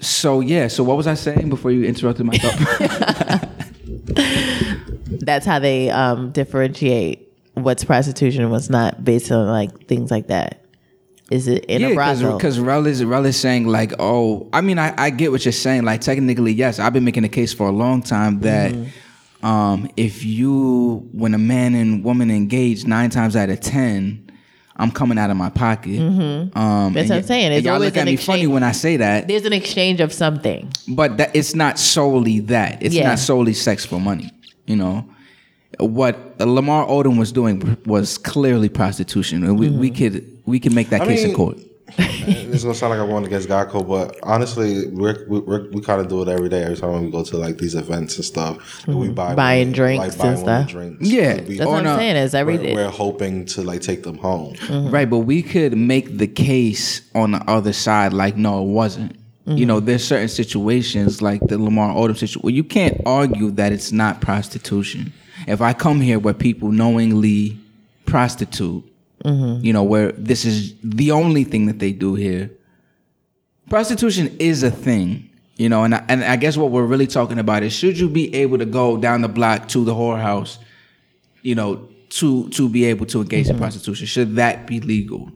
Speaker 2: so yeah so what was i saying before you interrupted my thought
Speaker 1: that's how they um, differentiate what's prostitution and what's not based on like things like that. Is it in a brothel?
Speaker 2: because Rel is Rel is saying like, oh, I mean, I, I get what you're saying. Like technically, yes, I've been making a case for a long time that
Speaker 1: Mm-hmm.
Speaker 2: um, if you, when a man and woman engage, nine times out of ten, I'm coming out of my pocket. Um,
Speaker 1: Mm-hmm. That's
Speaker 2: and
Speaker 1: what
Speaker 2: y-
Speaker 1: I'm saying.
Speaker 2: and
Speaker 1: It's
Speaker 2: y'all
Speaker 1: always
Speaker 2: look at
Speaker 1: an
Speaker 2: me funny
Speaker 1: exchange.
Speaker 2: when I say that,
Speaker 1: There's an exchange of something.
Speaker 2: but that it's not solely that. It's
Speaker 1: Yeah.
Speaker 2: not solely sex for money. You know. What Lamar Odom was doing was clearly prostitution, and we,
Speaker 1: Mm-hmm.
Speaker 2: we could we could make that
Speaker 3: I
Speaker 2: case in
Speaker 3: mean,
Speaker 2: court.
Speaker 3: And it's gonna sound like I'm going against Gakko, but honestly, we're, we we're, we kind of do it every day. Every time we go to like these events and stuff, and we buy
Speaker 1: Mm-hmm. Buying
Speaker 3: women-
Speaker 1: drinks
Speaker 3: buying
Speaker 1: and
Speaker 3: women
Speaker 1: stuff.
Speaker 3: Drinks.
Speaker 2: Yeah.
Speaker 3: And we-
Speaker 1: That's what
Speaker 2: On
Speaker 1: I'm
Speaker 2: a-
Speaker 1: saying. Is every
Speaker 3: we're, we're hoping to like take them home.
Speaker 2: Right, but we could make the case on the other side like, no, it wasn't. You know, there's certain situations like the Lamar Odom situation where you can't argue that it's not prostitution. If I come here where people knowingly prostitute, you know, where this is the only thing that they do here, prostitution is a thing, you know, and I, and I guess what we're really talking about is should you be able to go down the block to the whorehouse, you know, to to be able to engage in prostitution? Should that be legal?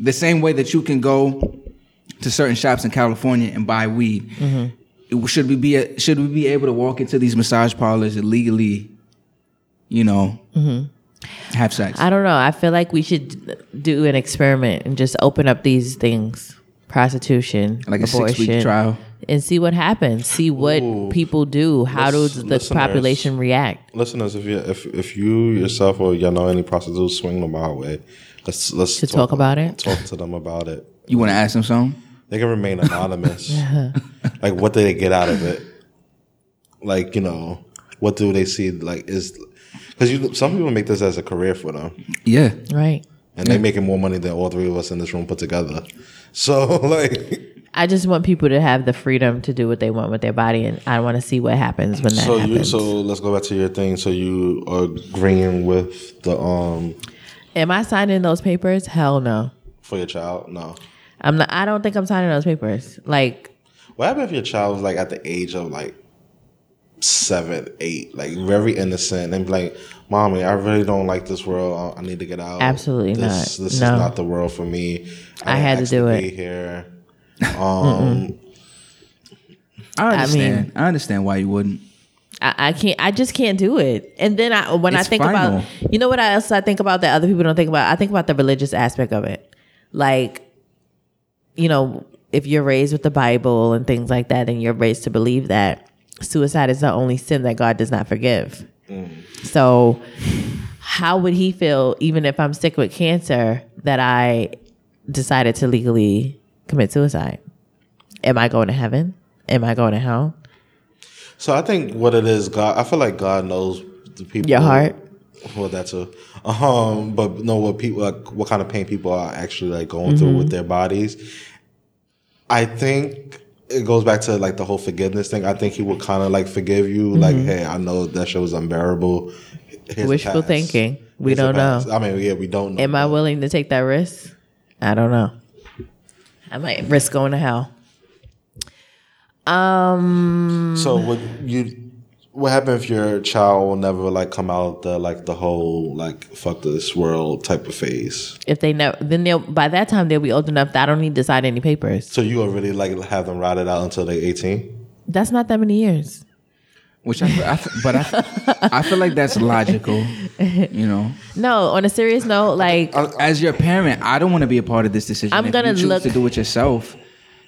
Speaker 2: The same way that you can go to certain shops in California and buy weed, It- should we be a- should we be able to walk into these massage parlors and legally, you know, have sex?
Speaker 1: I don't know. I feel like we should do an experiment and just open up these things. prostitution,
Speaker 2: Like a
Speaker 1: abortion,
Speaker 2: six-week trial.
Speaker 1: and see what happens. See what people do. How
Speaker 3: Lis-
Speaker 1: does the
Speaker 3: listeners.
Speaker 1: population react?
Speaker 3: Listeners, if you if if you yourself or y'all know any prostitutes swinging them our way, let's let's
Speaker 1: To talk about it?
Speaker 3: Talk to them about it.
Speaker 2: You want to ask them something?
Speaker 3: They can remain anonymous. like, what do they get out of it? Like, you know, what do they see? Like, is because you some people make this as a career for them,
Speaker 2: Yeah.
Speaker 1: Right.
Speaker 3: and they making more money than all three of us in this room put together. So, like,
Speaker 1: I just want people to have the freedom to do what they want with their body, and I want to see what happens when that
Speaker 3: so you
Speaker 1: happens.
Speaker 3: so let's go back to your thing. So you are agreeing with the um
Speaker 1: Am I signing those papers? Hell no.
Speaker 3: for your child? No.
Speaker 1: I'm not. I don't think I'm signing those papers. Like
Speaker 3: What happened if your child was like at the age of like seven, eight, like very innocent and be like, Mommy, I really don't like this world. I I need to get out.
Speaker 1: Absolutely
Speaker 3: this,
Speaker 1: not.
Speaker 3: This
Speaker 1: No.
Speaker 3: is not the world for me.
Speaker 1: I
Speaker 3: didn't
Speaker 1: had to
Speaker 3: ask
Speaker 1: do it."
Speaker 3: Be here. Um,
Speaker 2: I understand. I,
Speaker 1: mean-
Speaker 2: understand why you wouldn't.
Speaker 1: I, I can't. I just can't do it. And then I, when I
Speaker 2: It's
Speaker 1: think
Speaker 2: final.
Speaker 1: about, you know what else I think about that other people don't think about. I think about the religious aspect of it, like, you know, if you're raised with the Bible and things like that, and you're raised to believe that suicide is the only sin that God does not forgive.
Speaker 2: Mm.
Speaker 1: So, how would he feel even if I'm sick with cancer that I decided to legally commit suicide? Am I going to heaven? Am I going to hell?
Speaker 3: so I think what it is, God, I feel like God knows the people.
Speaker 1: Your heart.
Speaker 3: Well, that's a um, but no, what people like, what kind of pain people are actually like going through
Speaker 1: Mm-hmm.
Speaker 3: with their bodies. I think it goes back to like the whole forgiveness thing. I think he would kind of like forgive you, like, hey, I know that shit was unbearable. Here's a
Speaker 1: Mm-hmm. Wishful
Speaker 3: pass.
Speaker 1: thinking. We
Speaker 3: Here's a
Speaker 1: don't know.
Speaker 3: pass. I mean, yeah, we don't know.
Speaker 1: Am I willing to take that risk? I don't know. I might risk going to hell.
Speaker 3: So would you? What happened if your child will never like come out the like the whole like fuck this world type of phase?
Speaker 1: If they never, then they'll by that time they'll be old enough that I don't need to sign any papers.
Speaker 3: So you already like have them ride it out until they're eighteen?
Speaker 1: That's not that many years.
Speaker 2: Which I, I f- but I, I feel like that's logical. You know,
Speaker 1: No, on a serious note, like
Speaker 2: as your parent, I don't want to be a part of this decision.
Speaker 1: I'm
Speaker 2: If
Speaker 1: gonna
Speaker 2: you choose
Speaker 1: look- Mm.
Speaker 2: to do it yourself.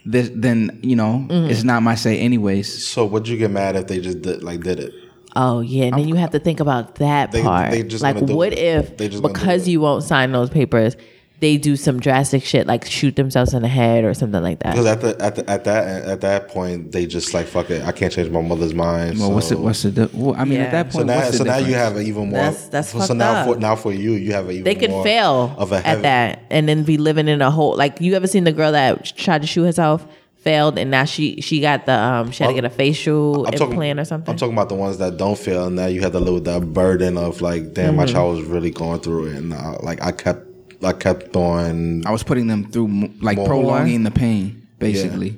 Speaker 2: This, then you know it's not my say, anyways.
Speaker 3: So would you get mad if they just did, like did it?
Speaker 1: oh yeah, and then you have to think about that
Speaker 3: They-
Speaker 1: part.
Speaker 3: they just
Speaker 1: like
Speaker 3: gonna do
Speaker 1: what
Speaker 3: it.
Speaker 1: if
Speaker 3: They just gonna do
Speaker 1: because
Speaker 3: it.
Speaker 1: you won't sign those papers, they do some drastic shit like shoot themselves in the head or something like that.
Speaker 3: Because at the, at the, at that at that point they just like fuck it. I can't change my mother's mind.
Speaker 2: Well,
Speaker 3: so.
Speaker 2: what's it? What's the? di- Well, I mean,
Speaker 1: Yeah.
Speaker 2: at that
Speaker 3: so
Speaker 2: point,
Speaker 3: now,
Speaker 2: what's the
Speaker 3: so now you
Speaker 2: difference?
Speaker 3: have an even more.
Speaker 1: That's- that's
Speaker 3: so
Speaker 1: fucked
Speaker 3: now
Speaker 1: up.
Speaker 3: for now for you, you have an even
Speaker 1: they could
Speaker 3: more
Speaker 1: fail
Speaker 3: of a
Speaker 1: at
Speaker 3: heavy,
Speaker 1: that and then be living in a hole like you ever seen the girl that sh- tried to shoot herself failed and now she she got the um she had to get a facial implant or something
Speaker 3: I'm talking about the ones that don't fail, and now you have to live with that burden of like, damn,
Speaker 1: Mm-hmm.
Speaker 3: my child was really going through it, and I, like I kept, I kept on.
Speaker 2: I was putting them through mo- like prolonging the pain, basically.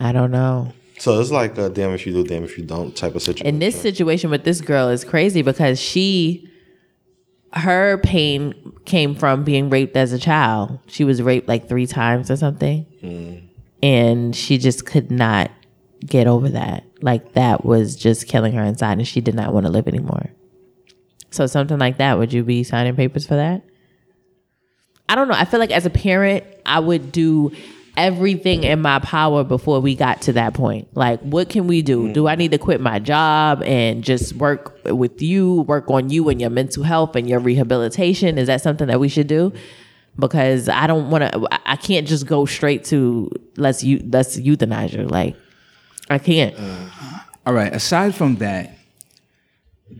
Speaker 1: i don't know
Speaker 3: So it's like, a damn if you do, damn if you don't type of situation.
Speaker 1: in this situation with this girl is crazy because she her pain came from being raped as a child she was raped like three times or something and she just could not get over that like that was just killing her inside and she did not want to live anymore so something like that would you be signing papers for that i don't know i feel like as a parent i would do everything in my power before we got to that point like what can we
Speaker 2: Mm.
Speaker 1: do do i need to quit my job and just work with you work on you and your mental health and your rehabilitation is that something that we should do because i don't want to i I can't just go straight to let's you let's euthanize you like i can't
Speaker 2: Uh, All right. Aside from that,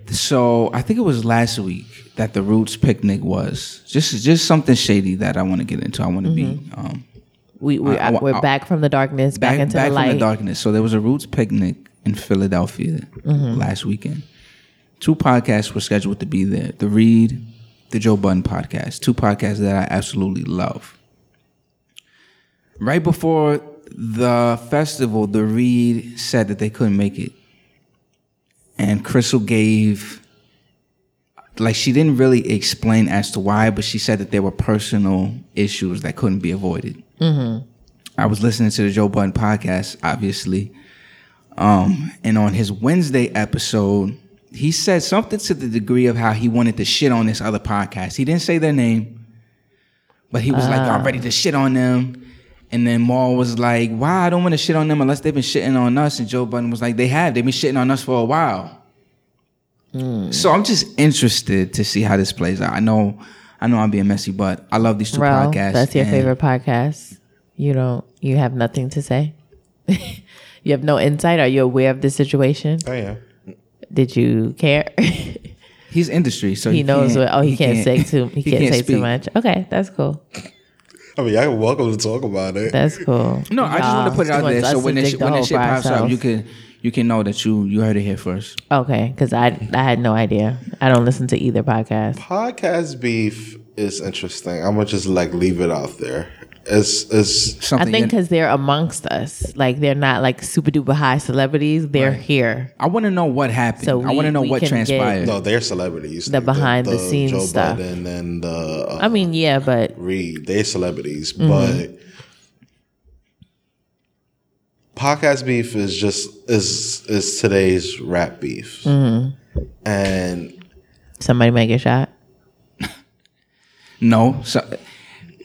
Speaker 2: so I think it was last week that the Roots picnic was just just something shady that I want to get into. I want to be um,
Speaker 1: we, we
Speaker 2: I- I-
Speaker 1: we're back from the darkness back,
Speaker 2: back
Speaker 1: into
Speaker 2: back
Speaker 1: the
Speaker 2: from the
Speaker 1: light
Speaker 2: darkness. So there was a Roots picnic in Philadelphia
Speaker 1: Mm-hmm.
Speaker 2: last weekend. Two podcasts were scheduled to be there: the Reed, the Joe Budden podcast. Two podcasts that I absolutely love. Right before the festival, the Reed said that they couldn't make it, and Crystal gave. Like she didn't really explain as to why, but she said that there were personal issues that couldn't be avoided. I was listening to the Joe Budden podcast, obviously. Um, and on his Wednesday episode, he said something to the degree of how he wanted to shit on this other podcast. He didn't say their name, But he was like, I'm ready to shit on them. And then Maul was like, Why I don't want to shit on them unless they've been shitting on us. And Joe Budden was like, They have. They've been shitting on us for a while.
Speaker 1: Hmm.
Speaker 2: So I'm just interested to see how this plays out. I know, I know I'm being messy, but I love these two
Speaker 1: Bro,
Speaker 2: podcasts.
Speaker 1: that's your
Speaker 2: and
Speaker 1: favorite podcast. You don't. You have nothing to say. you have no insight. Are you aware of the situation?
Speaker 3: I am.
Speaker 1: Did you care?
Speaker 2: He's industry, so
Speaker 1: he knows
Speaker 2: can't-
Speaker 1: what. Oh, he, can't, say too. He, can't, say too
Speaker 2: speak.
Speaker 1: much. Okay, that's cool.
Speaker 3: I mean, y'all welcome to talk about it.
Speaker 1: That's cool.
Speaker 2: No, I just want
Speaker 1: Nah,
Speaker 2: to put it
Speaker 1: she
Speaker 2: out
Speaker 1: wants
Speaker 2: there
Speaker 1: us
Speaker 2: so
Speaker 1: to
Speaker 2: when that
Speaker 1: dig
Speaker 2: shit,
Speaker 1: the
Speaker 2: when that
Speaker 1: hole
Speaker 2: shit
Speaker 1: for
Speaker 2: pops up,
Speaker 1: ourselves.
Speaker 2: you can you can know that you you heard it here first.
Speaker 1: Okay, because I I had no idea. I don't listen to either podcast.
Speaker 3: Podcast beef is interesting. I'm gonna just like leave it out there. It's it's
Speaker 1: I
Speaker 2: Something
Speaker 1: think
Speaker 2: you-
Speaker 1: because they're amongst us, like they're not like super duper high celebrities. They're here.
Speaker 2: I want to know what happened.
Speaker 1: So
Speaker 2: I want
Speaker 1: we-
Speaker 2: to know
Speaker 1: we
Speaker 2: what
Speaker 1: can get-
Speaker 2: transpired.
Speaker 3: no, they're celebrities.
Speaker 1: The behind the scenes
Speaker 3: Joe
Speaker 1: stuff. Uh-huh.
Speaker 3: Budden and the uh,
Speaker 1: I mean, yeah, but
Speaker 3: Reed, they celebrities,
Speaker 1: Mm-hmm.
Speaker 3: but podcast beef is just is is today's rap beef,
Speaker 1: Mm-hmm.
Speaker 3: and
Speaker 1: somebody might get shot.
Speaker 2: No, so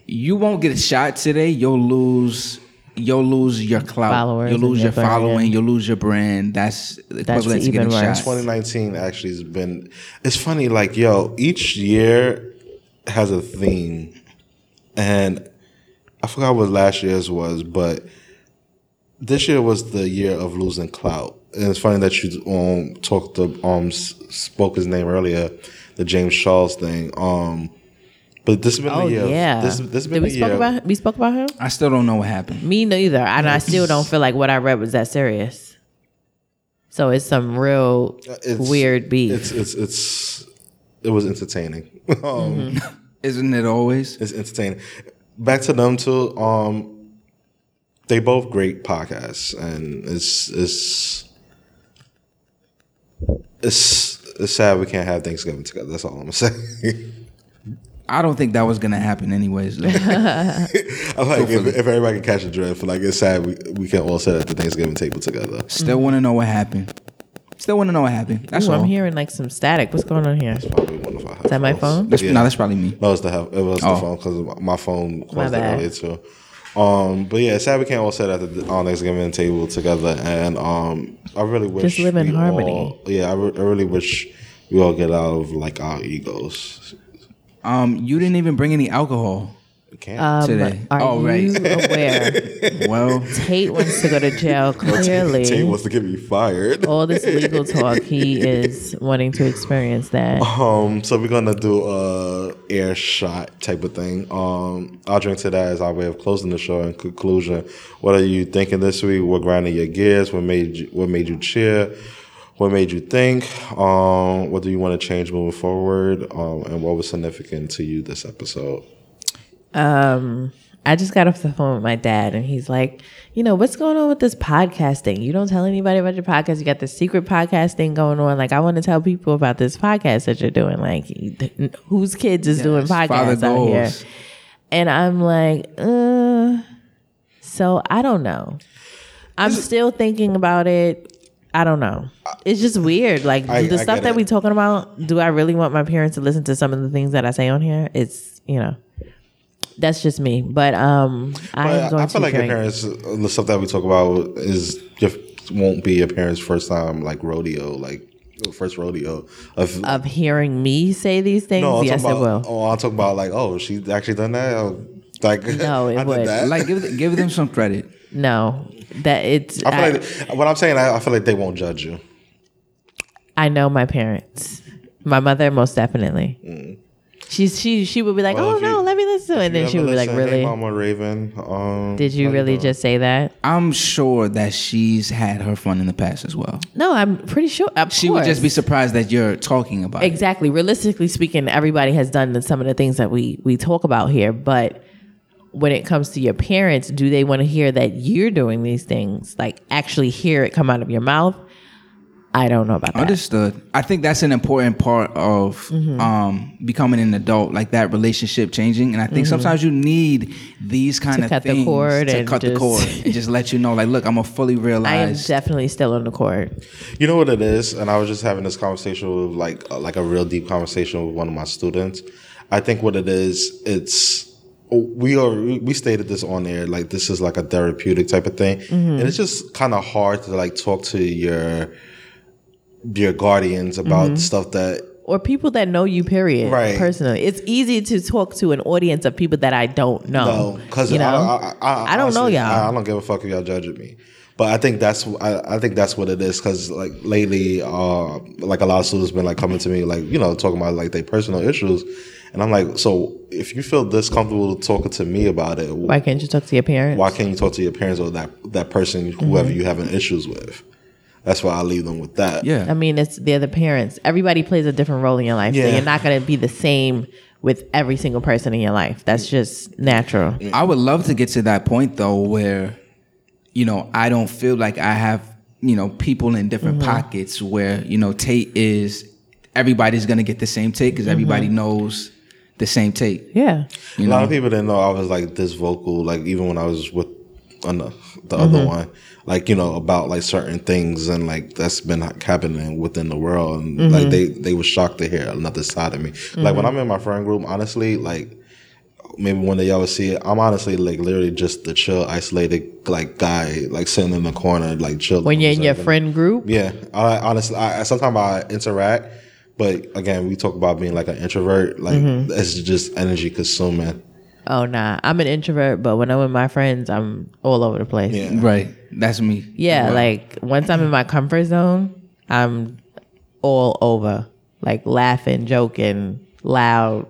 Speaker 2: you won't get shot today. You'll lose. You'll lose your clout.
Speaker 1: Followers
Speaker 2: you'll
Speaker 1: and
Speaker 2: lose
Speaker 1: your
Speaker 2: your, following.
Speaker 1: brand.
Speaker 2: You'll lose your brand. That's equivalent to
Speaker 1: even
Speaker 2: getting
Speaker 1: worse.
Speaker 2: shot.
Speaker 3: 2019 actually has been. It's funny, like yo, each year has a theme, and I forgot what last year's was, but this year was the year of losing clout. And it's funny that you um talked the um s- spoke his name earlier, the James Charles thing. Um, but this has been
Speaker 1: Oh
Speaker 3: the year.
Speaker 1: yeah,
Speaker 3: This, this has
Speaker 1: did
Speaker 3: been
Speaker 1: we
Speaker 3: the
Speaker 1: spoke
Speaker 3: year.
Speaker 1: about we spoke about him?
Speaker 2: I still don't know what happened.
Speaker 1: Me neither, and I still don't feel like what I read was that serious. So it's some real
Speaker 3: It's-
Speaker 1: weird beef.
Speaker 3: It's it's it's it was entertaining. um,
Speaker 2: Isn't it always?
Speaker 3: It's entertaining. Back to them too. Um, they both great podcasts, and it's it's it's it's sad we can't have Thanksgiving together. That's all I'm gonna say.
Speaker 2: I don't think that was gonna happen anyways. Like,
Speaker 3: I'm like, if, if everybody can catch a drift, like it's sad we, we can all sit at the Thanksgiving table together.
Speaker 2: still want to know what happened. Still want to know what happened. That's
Speaker 1: Ooh,
Speaker 2: all.
Speaker 1: I'm hearing like some static. What's going on here? Is
Speaker 3: Probably one of our Is
Speaker 1: that my phone?
Speaker 2: That's,
Speaker 3: Yeah.
Speaker 2: No, that's probably me.
Speaker 3: No, it's the hel- it was
Speaker 2: Oh.
Speaker 3: the phone because my phone
Speaker 1: My
Speaker 3: closed it
Speaker 1: bad.
Speaker 3: earlier too. Um, but yeah, it's sad we can't all sit at the on Thanksgiving table together, and um, I really wish
Speaker 1: Just live in
Speaker 3: we
Speaker 1: harmony.
Speaker 3: all- yeah, I, re- I really wish we all get out of like our egos.
Speaker 2: Um, you didn't even bring any alcohol.
Speaker 3: We can't.
Speaker 1: Um,
Speaker 2: Today.
Speaker 1: Are
Speaker 2: Oh, right.
Speaker 1: you aware?
Speaker 2: Well,
Speaker 1: Tate wants to go to jail. Clearly,
Speaker 3: Tay wants to get me fired.
Speaker 1: all this legal talk, he is wanting to experience
Speaker 2: Oh,
Speaker 1: that.
Speaker 3: Um, so we're gonna do a air shot type of thing. Um, I'll drink to that as our way of closing the show. In conclusion, what are you thinking this week? What grinding your gears? What made you, what made you cheer? What made you think? Um, what do you want to change moving forward? Um, and what was significant to you this episode?
Speaker 1: um I just got off the phone with my dad and he's like, you know, what's going on with this podcast thing? You don't tell anybody about your podcast. You got this secret podcast thing going on. Like, I want to tell people about this podcast that you're doing. Like, whose kids is doing
Speaker 2: Yes, father
Speaker 1: podcasts out here?
Speaker 2: goals.
Speaker 1: And I'm like, uh, so I don't know. I'm still thinking about it. I don't know. It's just weird. Like
Speaker 3: I-
Speaker 1: the
Speaker 3: I
Speaker 1: stuff
Speaker 3: get
Speaker 1: that
Speaker 3: it.
Speaker 1: we talking about. Do I really want my parents to listen to some of the things that I say on here? It's you know, that's just me. But um,
Speaker 3: I,
Speaker 1: I'm going
Speaker 3: I feel
Speaker 1: to
Speaker 3: like your
Speaker 1: drink.
Speaker 3: parents, uh, the stuff that we talk about is just won't be your parents' first time like rodeo, like first rodeo of
Speaker 1: of hearing me say these things.
Speaker 3: No, I'll
Speaker 1: yes,
Speaker 3: talk
Speaker 1: it
Speaker 3: about,
Speaker 1: will.
Speaker 3: Oh, I'll talk about like, oh, she's actually done that. Oh, Like,
Speaker 1: No, it
Speaker 3: I did
Speaker 1: would.
Speaker 3: that.
Speaker 2: like give give them some credit.
Speaker 1: No, that it's. I,
Speaker 3: I feel like what I'm saying. I, I feel like they won't judge you.
Speaker 1: I know my parents. My mother, most definitely. She's she she would be like,
Speaker 3: Mm. Well,
Speaker 1: oh
Speaker 3: if you-
Speaker 1: no, let me listen to it. And then
Speaker 3: You
Speaker 1: she
Speaker 3: ever
Speaker 1: would be like,
Speaker 3: listen, "Hey,
Speaker 1: really?
Speaker 3: Mama Raven? Um,
Speaker 1: Did you
Speaker 3: how
Speaker 1: really
Speaker 3: doing?"
Speaker 1: just say that?
Speaker 2: I'm sure that she's had her fun in the past as well.
Speaker 1: No, I'm pretty sure. Of
Speaker 2: She would just be
Speaker 1: course.
Speaker 2: surprised that you're talking about it.
Speaker 1: exactly realistically speaking. Everybody has done the- some of the things that we we talk about here, but when it comes to your parents, do they want to hear that you're doing these things? Like actually hear it come out of your mouth? I don't know about that.
Speaker 2: Understood. I think that's an important part of
Speaker 1: Mm-hmm.
Speaker 2: um, becoming an adult, like that relationship changing. And I think sometimes you need these kind
Speaker 1: Mm-hmm. To
Speaker 2: of
Speaker 1: cut the
Speaker 2: things
Speaker 1: cord
Speaker 2: to
Speaker 1: and
Speaker 2: cut the
Speaker 1: just-
Speaker 2: cord and just let you know, like, look, I'm a fully
Speaker 1: I am
Speaker 2: realized.
Speaker 1: definitely still on the court.
Speaker 3: You know what it is, and I was just having this conversation with like uh, like a real deep conversation with one of my students. I think what it is, it's we are we stated this on air like this is like a therapeutic type of thing
Speaker 1: Mm-hmm.
Speaker 3: and it's just kind of hard to like talk to your your guardians about
Speaker 1: Mm-hmm.
Speaker 3: stuff that
Speaker 1: or people that know you period
Speaker 3: Right.
Speaker 1: personally it's easy to talk to an audience of people that i don't know
Speaker 3: No, because
Speaker 1: Um, you know
Speaker 3: I, I, I,
Speaker 1: I don't know
Speaker 3: honestly,
Speaker 1: y'all.
Speaker 3: I, I don't give a fuck if y'all judging me. But I think that's I, I think that's what it is because like lately, uh, like a lot of students been like coming to me like you know talking about like their personal issues, and I'm like, so if you feel this comfortable talking to me about it, why,
Speaker 1: why can't you talk to your parents
Speaker 3: can't you talk to your parents or that that person whoever
Speaker 1: Mm-hmm.
Speaker 3: you having issues with? That's why I leave them with that.
Speaker 2: Yeah.
Speaker 1: I mean, it's they're the parents. Everybody plays a different role in your life, so
Speaker 3: Yeah.
Speaker 1: you're not gonna be the same with every single person in your life. That's just natural.
Speaker 2: I would love to get to that point though where, you know, I don't feel like I have, you know, people in different pockets where, you know, Tate is everybody's gonna get the same take because everybody knows the same take.
Speaker 1: Yeah,
Speaker 2: You
Speaker 3: a lot
Speaker 2: know?
Speaker 3: of people didn't know I was like this vocal, like even when I was with on the, the other one, like you know about like certain things and like that's been like, happening within the world, and like they they were shocked to hear another side of me. Like when I'm in my friend group, honestly, like maybe one day y'all will see it. I'm honestly like literally just the chill, isolated like guy, like sitting in the corner, like chill.
Speaker 1: when you're in your friend group,
Speaker 3: Yeah, I honestly, I, I sometimes I interact, but again, we talk about being like an introvert. Like it's just energy consuming.
Speaker 1: oh nah, I'm an introvert, but when I'm with my friends, I'm all over the place.
Speaker 3: Yeah.
Speaker 2: Right. That's me.
Speaker 1: Yeah, like once I'm in my comfort zone, I'm all over, like laughing, joking, loud.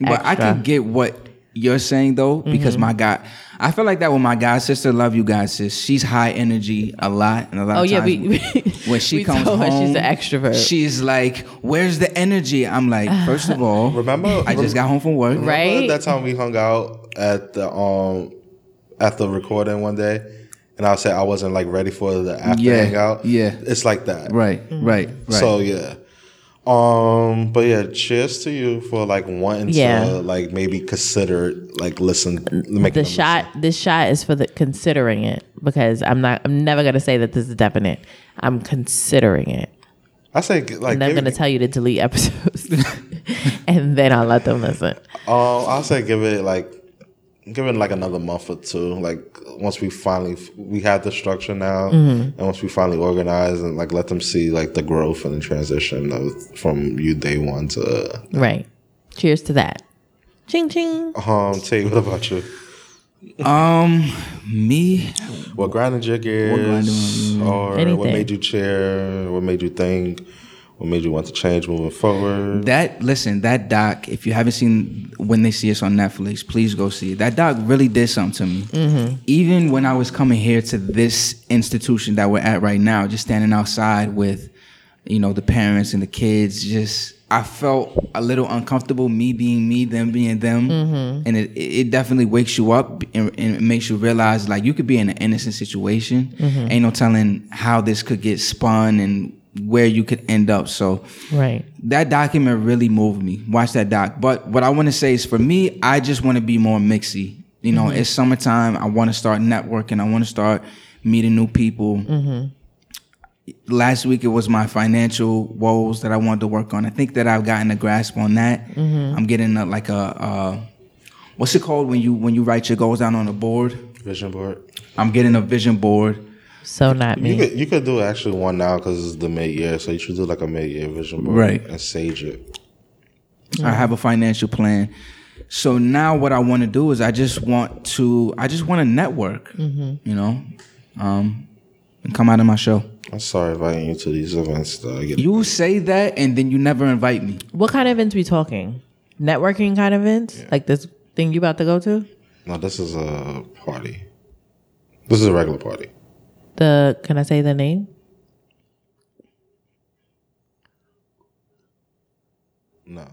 Speaker 2: But I
Speaker 1: Extra. Mm-hmm.
Speaker 2: can get what you're saying though, because my God, I feel like that with my God sister. Love you, God sis. She's high energy a lot, and a lot
Speaker 1: Oh
Speaker 2: of
Speaker 1: yeah,
Speaker 2: times
Speaker 1: we,
Speaker 2: when she
Speaker 1: we
Speaker 2: comes
Speaker 1: told her
Speaker 2: home,
Speaker 1: she's an extrovert,
Speaker 2: She's like, "Where's the energy?" I'm like, first of all,
Speaker 3: Remember-
Speaker 2: I just got home from work.
Speaker 1: Right.
Speaker 3: Remember that time we hung out at the um at the recording one day, and I said I wasn't like ready for the after
Speaker 2: Yeah,
Speaker 3: hangout.
Speaker 2: yeah.
Speaker 3: it's like that.
Speaker 2: Right, right, right.
Speaker 3: So yeah. Um, but yeah, cheers to you for like wanting
Speaker 1: Yeah.
Speaker 3: to like maybe consider like listen make
Speaker 1: the shot this shot is for the considering it because i'm not i'm never going to say that this is definite i'm considering it
Speaker 3: I say like
Speaker 1: and i'm
Speaker 3: give,
Speaker 1: going to tell you to delete episodes and then i'll let them listen
Speaker 3: um I'll say give it like give it like another month or two. Like once we finally we have the structure now, and once we finally organize and like let them see like the growth and the transition of from you day one to
Speaker 1: right cheers to that ching
Speaker 2: Oh.
Speaker 1: ching
Speaker 3: um. Tay, what about you?
Speaker 2: um, me,
Speaker 3: What grinded your gears, or what
Speaker 1: Anything.
Speaker 3: made you cheer? What made you think? What made you want to change moving forward?
Speaker 2: that listen, that doc. If you haven't seen when they see us on Netflix, please go see it. That doc really did something to me. Even when I was coming here to this institution that we're at right now, just standing outside with, you know, the parents and the kids, just. I felt a little uncomfortable, me being me, them being them, and it, it definitely wakes you up and, and it makes you realize like you could be in an innocent situation, ain't no telling how this could get spun and where you could end up. So,
Speaker 1: right
Speaker 2: that document really moved me. Watch that doc. But what I want to say is for me, I just want to be more mixy. You know, it's summertime. I want to start networking. I want to start meeting new people. Last week it was my financial woes that I wanted to work on. I think that I've gotten a grasp on that. I'm getting a, like a uh, what's it called when you when you write your goals down on a board.
Speaker 3: Vision board.
Speaker 2: I'm getting a vision board.
Speaker 1: so not
Speaker 3: You
Speaker 1: me
Speaker 3: could you could do actually one now because it's the mid year, so you should do like a mid year vision board,
Speaker 2: Right.
Speaker 3: And sage it.
Speaker 2: I have a financial plan. So now what I want to do is I just want to I just want to network,
Speaker 1: Mm-hmm.
Speaker 2: you know, um, and come out of my show.
Speaker 3: I'm sorry inviting you to these events. Though. I get
Speaker 2: You say that and then you never invite me.
Speaker 1: what kind of events we talking networking kind of events like this thing you about to go to
Speaker 3: No, this is a party. This is a regular party.
Speaker 1: the can i say the name
Speaker 3: No,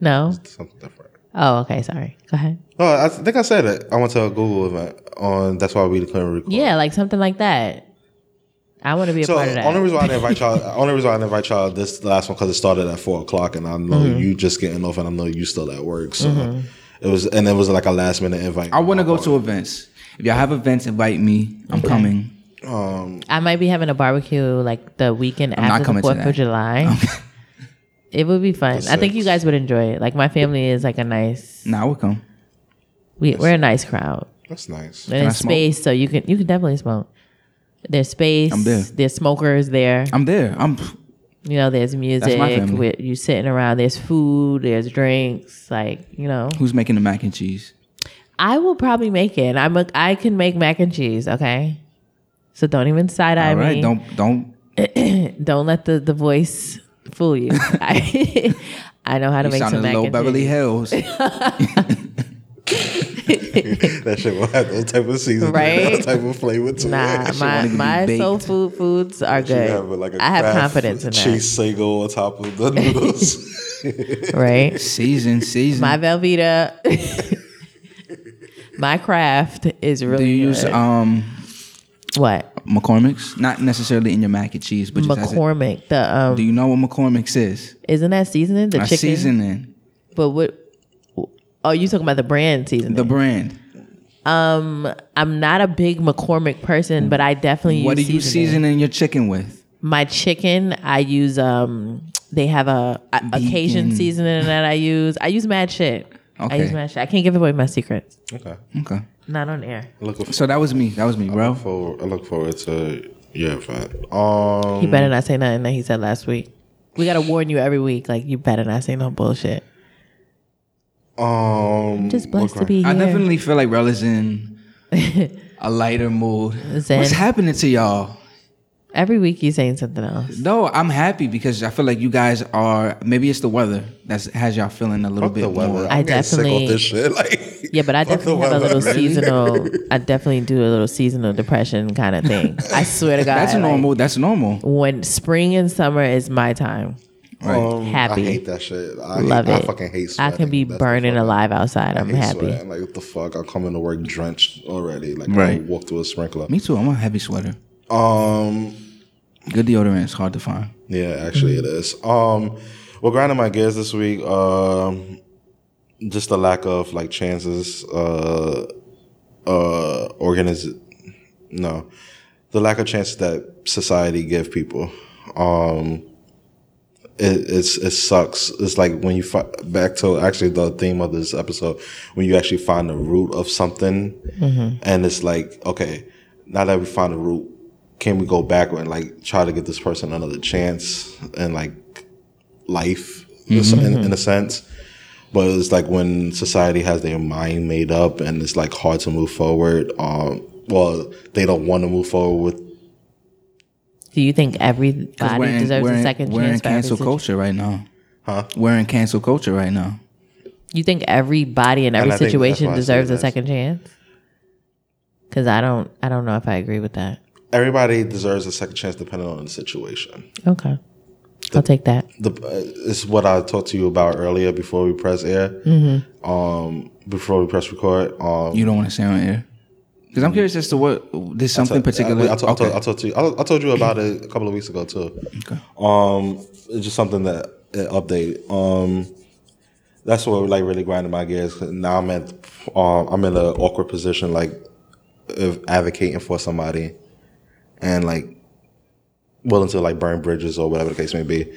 Speaker 1: no
Speaker 3: something different.
Speaker 1: oh okay sorry go ahead
Speaker 3: No, I think I said it. I went to a Google event on. That's why we couldn't record.
Speaker 1: yeah like something like that i want to be a
Speaker 3: So
Speaker 1: part of that
Speaker 3: only reason why I didn't invite y'all, only reason why I didn't invite y'all this last one because it started at four o'clock, and I know
Speaker 1: Mm-hmm.
Speaker 3: you just getting off, and I know you still at work, so it was, and it was like a last minute invite.
Speaker 2: I want to go to events. If y'all have events, invite me. I'm coming.
Speaker 1: I might be having a barbecue like the weekend
Speaker 2: not
Speaker 1: after the
Speaker 2: coming to
Speaker 1: Fourth of
Speaker 2: that.
Speaker 1: July. it would be fun. I think you guys would enjoy it. Like my family is like a nice.
Speaker 2: Nah, I will come.
Speaker 1: We, we're a nice crowd.
Speaker 3: That's nice.
Speaker 1: And it's
Speaker 2: I smoke?
Speaker 1: space, so you can you can definitely smoke. There's space.
Speaker 2: I'm there.
Speaker 1: There's smokers there.
Speaker 2: I'm there. I'm
Speaker 1: you know, there's music.
Speaker 2: family.
Speaker 1: With you sitting around. There's food. There's drinks. Like you know,
Speaker 2: who's making the mac and cheese?
Speaker 1: I will probably make it. I'm a, I can make mac and cheese. Okay, so don't even side eye
Speaker 2: All right,
Speaker 1: me.
Speaker 2: don't don't
Speaker 1: Don't let the, the voice fool you. I, I know how to
Speaker 2: you
Speaker 1: make
Speaker 2: sound
Speaker 1: some
Speaker 2: a
Speaker 1: mac
Speaker 2: little
Speaker 1: and
Speaker 2: Beverly
Speaker 1: cheese.
Speaker 2: Hills.
Speaker 3: that shit will have those type of seasoning,
Speaker 1: Right?
Speaker 3: that type of flavor to
Speaker 1: Nah,
Speaker 3: it.
Speaker 1: my
Speaker 2: wanna be
Speaker 1: my soul
Speaker 2: baked.
Speaker 1: food foods are
Speaker 3: You
Speaker 1: good.
Speaker 3: have, like, a
Speaker 1: I have
Speaker 3: Kraft
Speaker 1: confidence in that.
Speaker 3: Cheese sago on top of the noodles.
Speaker 1: Right.
Speaker 2: season, season.
Speaker 1: My Velveeta, my craft is
Speaker 2: Do
Speaker 1: really
Speaker 2: you use
Speaker 1: good.
Speaker 2: um
Speaker 1: what
Speaker 2: McCormick's? Not necessarily in your mac and cheese, but just as a,
Speaker 1: McCormick? The um,
Speaker 2: do you know what McCormick's is?
Speaker 1: isn't that seasoning the
Speaker 2: A
Speaker 1: chicken?
Speaker 2: seasoning,
Speaker 1: But what? Oh, you talking about the brand seasoning?
Speaker 2: the brand.
Speaker 1: I'm not a big McCormick person, but I definitely
Speaker 2: What are
Speaker 1: use
Speaker 2: you seasoning your chicken with?
Speaker 1: my chicken. I use um, they have a, a occasion
Speaker 2: Vegan.
Speaker 1: seasoning that I use. I use mad shit. I use
Speaker 2: Okay.
Speaker 1: mad shit. I can't give away my secrets.
Speaker 3: okay.
Speaker 2: Okay,
Speaker 1: Not on air.
Speaker 3: Looking
Speaker 2: so that was me. That was me, bro.
Speaker 3: forward. I look forward to your event. Um,
Speaker 2: Mm.
Speaker 1: He better not say nothing that he said last week. We gotta warn you every week. Like you better not say no bullshit.
Speaker 3: um,
Speaker 1: Just blessed to
Speaker 3: okay.
Speaker 1: be here.
Speaker 2: I definitely feel like Rel is in a lighter mood.
Speaker 1: Zen.
Speaker 2: What's happening to y'all?
Speaker 1: every week you saying something else.
Speaker 2: No, I'm happy because I feel like you guys are. Maybe it's the weather that has y'all feeling a little
Speaker 3: Fuck
Speaker 2: bit
Speaker 3: the weather.
Speaker 2: more.
Speaker 1: I
Speaker 3: I'm getting sick
Speaker 1: definitely-
Speaker 3: off this shit. Like,
Speaker 1: Yeah, but I
Speaker 3: fuck the
Speaker 1: definitely have a
Speaker 3: weather,
Speaker 1: little
Speaker 3: man.
Speaker 1: seasonal. I definitely do a little seasonal depression kind of thing. I swear to God,
Speaker 2: That's
Speaker 1: like,
Speaker 2: normal. That's normal.
Speaker 1: when spring and summer is my time.
Speaker 2: Right.
Speaker 3: Um,
Speaker 1: Happy.
Speaker 3: I hate that shit. I
Speaker 1: Love
Speaker 3: hate,
Speaker 1: it.
Speaker 3: I fucking hate
Speaker 1: I
Speaker 3: sweating.
Speaker 1: can be
Speaker 3: That's the
Speaker 1: burning
Speaker 3: fucking-
Speaker 1: alive outside.
Speaker 3: I
Speaker 1: I'm
Speaker 3: hate
Speaker 1: happy.
Speaker 3: sweating. Like, what the fuck? I come into work drenched already. Like, I
Speaker 2: Right.
Speaker 3: walk through a sprinkler.
Speaker 2: Me too. I'm a heavy sweater.
Speaker 3: Um,
Speaker 2: Good deodorant is hard to find.
Speaker 3: Yeah, actually it is. Um, well, grinding my gears this week, um, just the lack of like chances, uh, uh, organiz, no, the lack of chances that society give people. Um, it, it's it sucks. It's like when you fi- back to actually the theme of this episode, when you actually find the root of something, and it's like okay, now that we find the root, can we go backward and like try to give this person another chance and like life in, in a sense? But it's like when society has their mind made up and it's like hard to move forward. Um, well, they don't want to move forward with.
Speaker 1: Do you think
Speaker 2: Because we're
Speaker 1: everybody
Speaker 2: in,
Speaker 1: deserves
Speaker 2: we're
Speaker 1: a
Speaker 2: in-
Speaker 1: 2nd
Speaker 2: we're in
Speaker 1: chance? for every
Speaker 2: cancel
Speaker 1: situ-
Speaker 2: culture right now.
Speaker 3: Huh?
Speaker 2: We're in cancel culture right now.
Speaker 1: You think everybody in every
Speaker 3: I think that's
Speaker 1: situation
Speaker 3: why I say
Speaker 1: deserves a
Speaker 3: this.
Speaker 1: second chance? Because I don't, I don't know if I agree with that.
Speaker 3: Everybody deserves a second chance depending on the situation.
Speaker 1: Okay, I'll take that.
Speaker 3: the uh, it's what I talked to you about earlier before we press air. Mm-hmm. Um, before we press record. Um,
Speaker 2: You don't want to say on air. Because I'm curious as to what there's something particular.
Speaker 3: I, I, told- I,
Speaker 2: okay.
Speaker 3: told- I told you. I, I told you about it a couple of weeks ago too.
Speaker 2: Okay.
Speaker 3: Um, it's just something that uh, update. Um, that's what like really grinding my gears. 'cause Now I'm at, um, I'm in an awkward position like, of advocating for somebody, and like, willing to like burn bridges or whatever the case may be.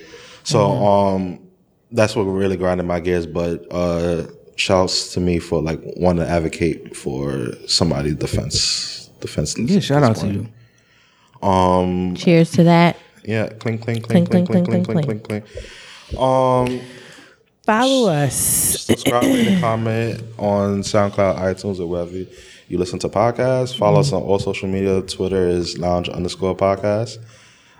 Speaker 3: So
Speaker 2: Mm-hmm.
Speaker 3: um, that's what really grinding my gears. But uh, shouts to me for like wanting to advocate for somebody defense defense.
Speaker 2: yeah, shout out to you.
Speaker 3: Um,
Speaker 1: Cheers to that.
Speaker 3: yeah, clink, clink, clink,
Speaker 1: Clink,
Speaker 3: clink,
Speaker 1: clink,
Speaker 3: clink, clink,
Speaker 1: clink,
Speaker 3: clink, clink, clink. Um,
Speaker 1: Follow us.
Speaker 3: subscribe, rate, and comment on SoundCloud, iTunes, or wherever you you listen to podcasts. Follow us on all social media. Twitter is lounge underscore podcast.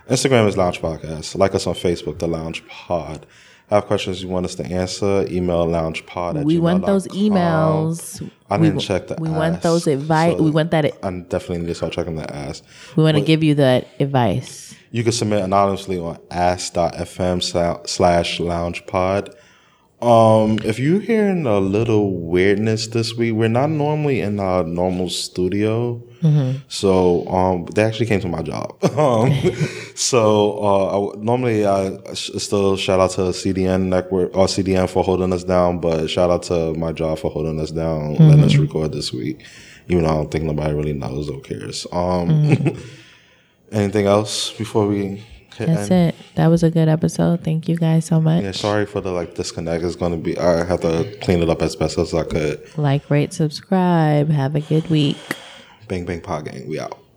Speaker 3: Instagram is lounge podcast. Like us on Facebook, the lounge pod. Have questions you want us to answer? Email loungepod at
Speaker 1: We want
Speaker 3: gmail.com.
Speaker 1: those emails.
Speaker 3: I didn't check the
Speaker 1: We want
Speaker 3: ass,
Speaker 1: those advice.
Speaker 3: so
Speaker 1: we want that.
Speaker 3: I definitely need to start checking the ass.
Speaker 1: We want to give you that advice.
Speaker 3: You can submit anonymously on ask.fm sla- slash lounge pod. Um, if you're hearing a little weirdness this week, we're not normally in our normal studio. So, um, they actually came to my job. um, so, uh, I w normally I s- still shout out to CDN network uh, or CDN for holding us down, but shout out to my job for holding us down, letting us record this week. Even though I don't think nobody really knows or cares. Um, anything else before we
Speaker 1: That's it. That was a good episode. Thank you guys so much.
Speaker 3: Yeah, sorry for the like disconnect. It's gonna be. I have to clean it up as best as I could.
Speaker 1: Like, rate, subscribe. Have a good week.
Speaker 3: Bang bang, pod gang. We out.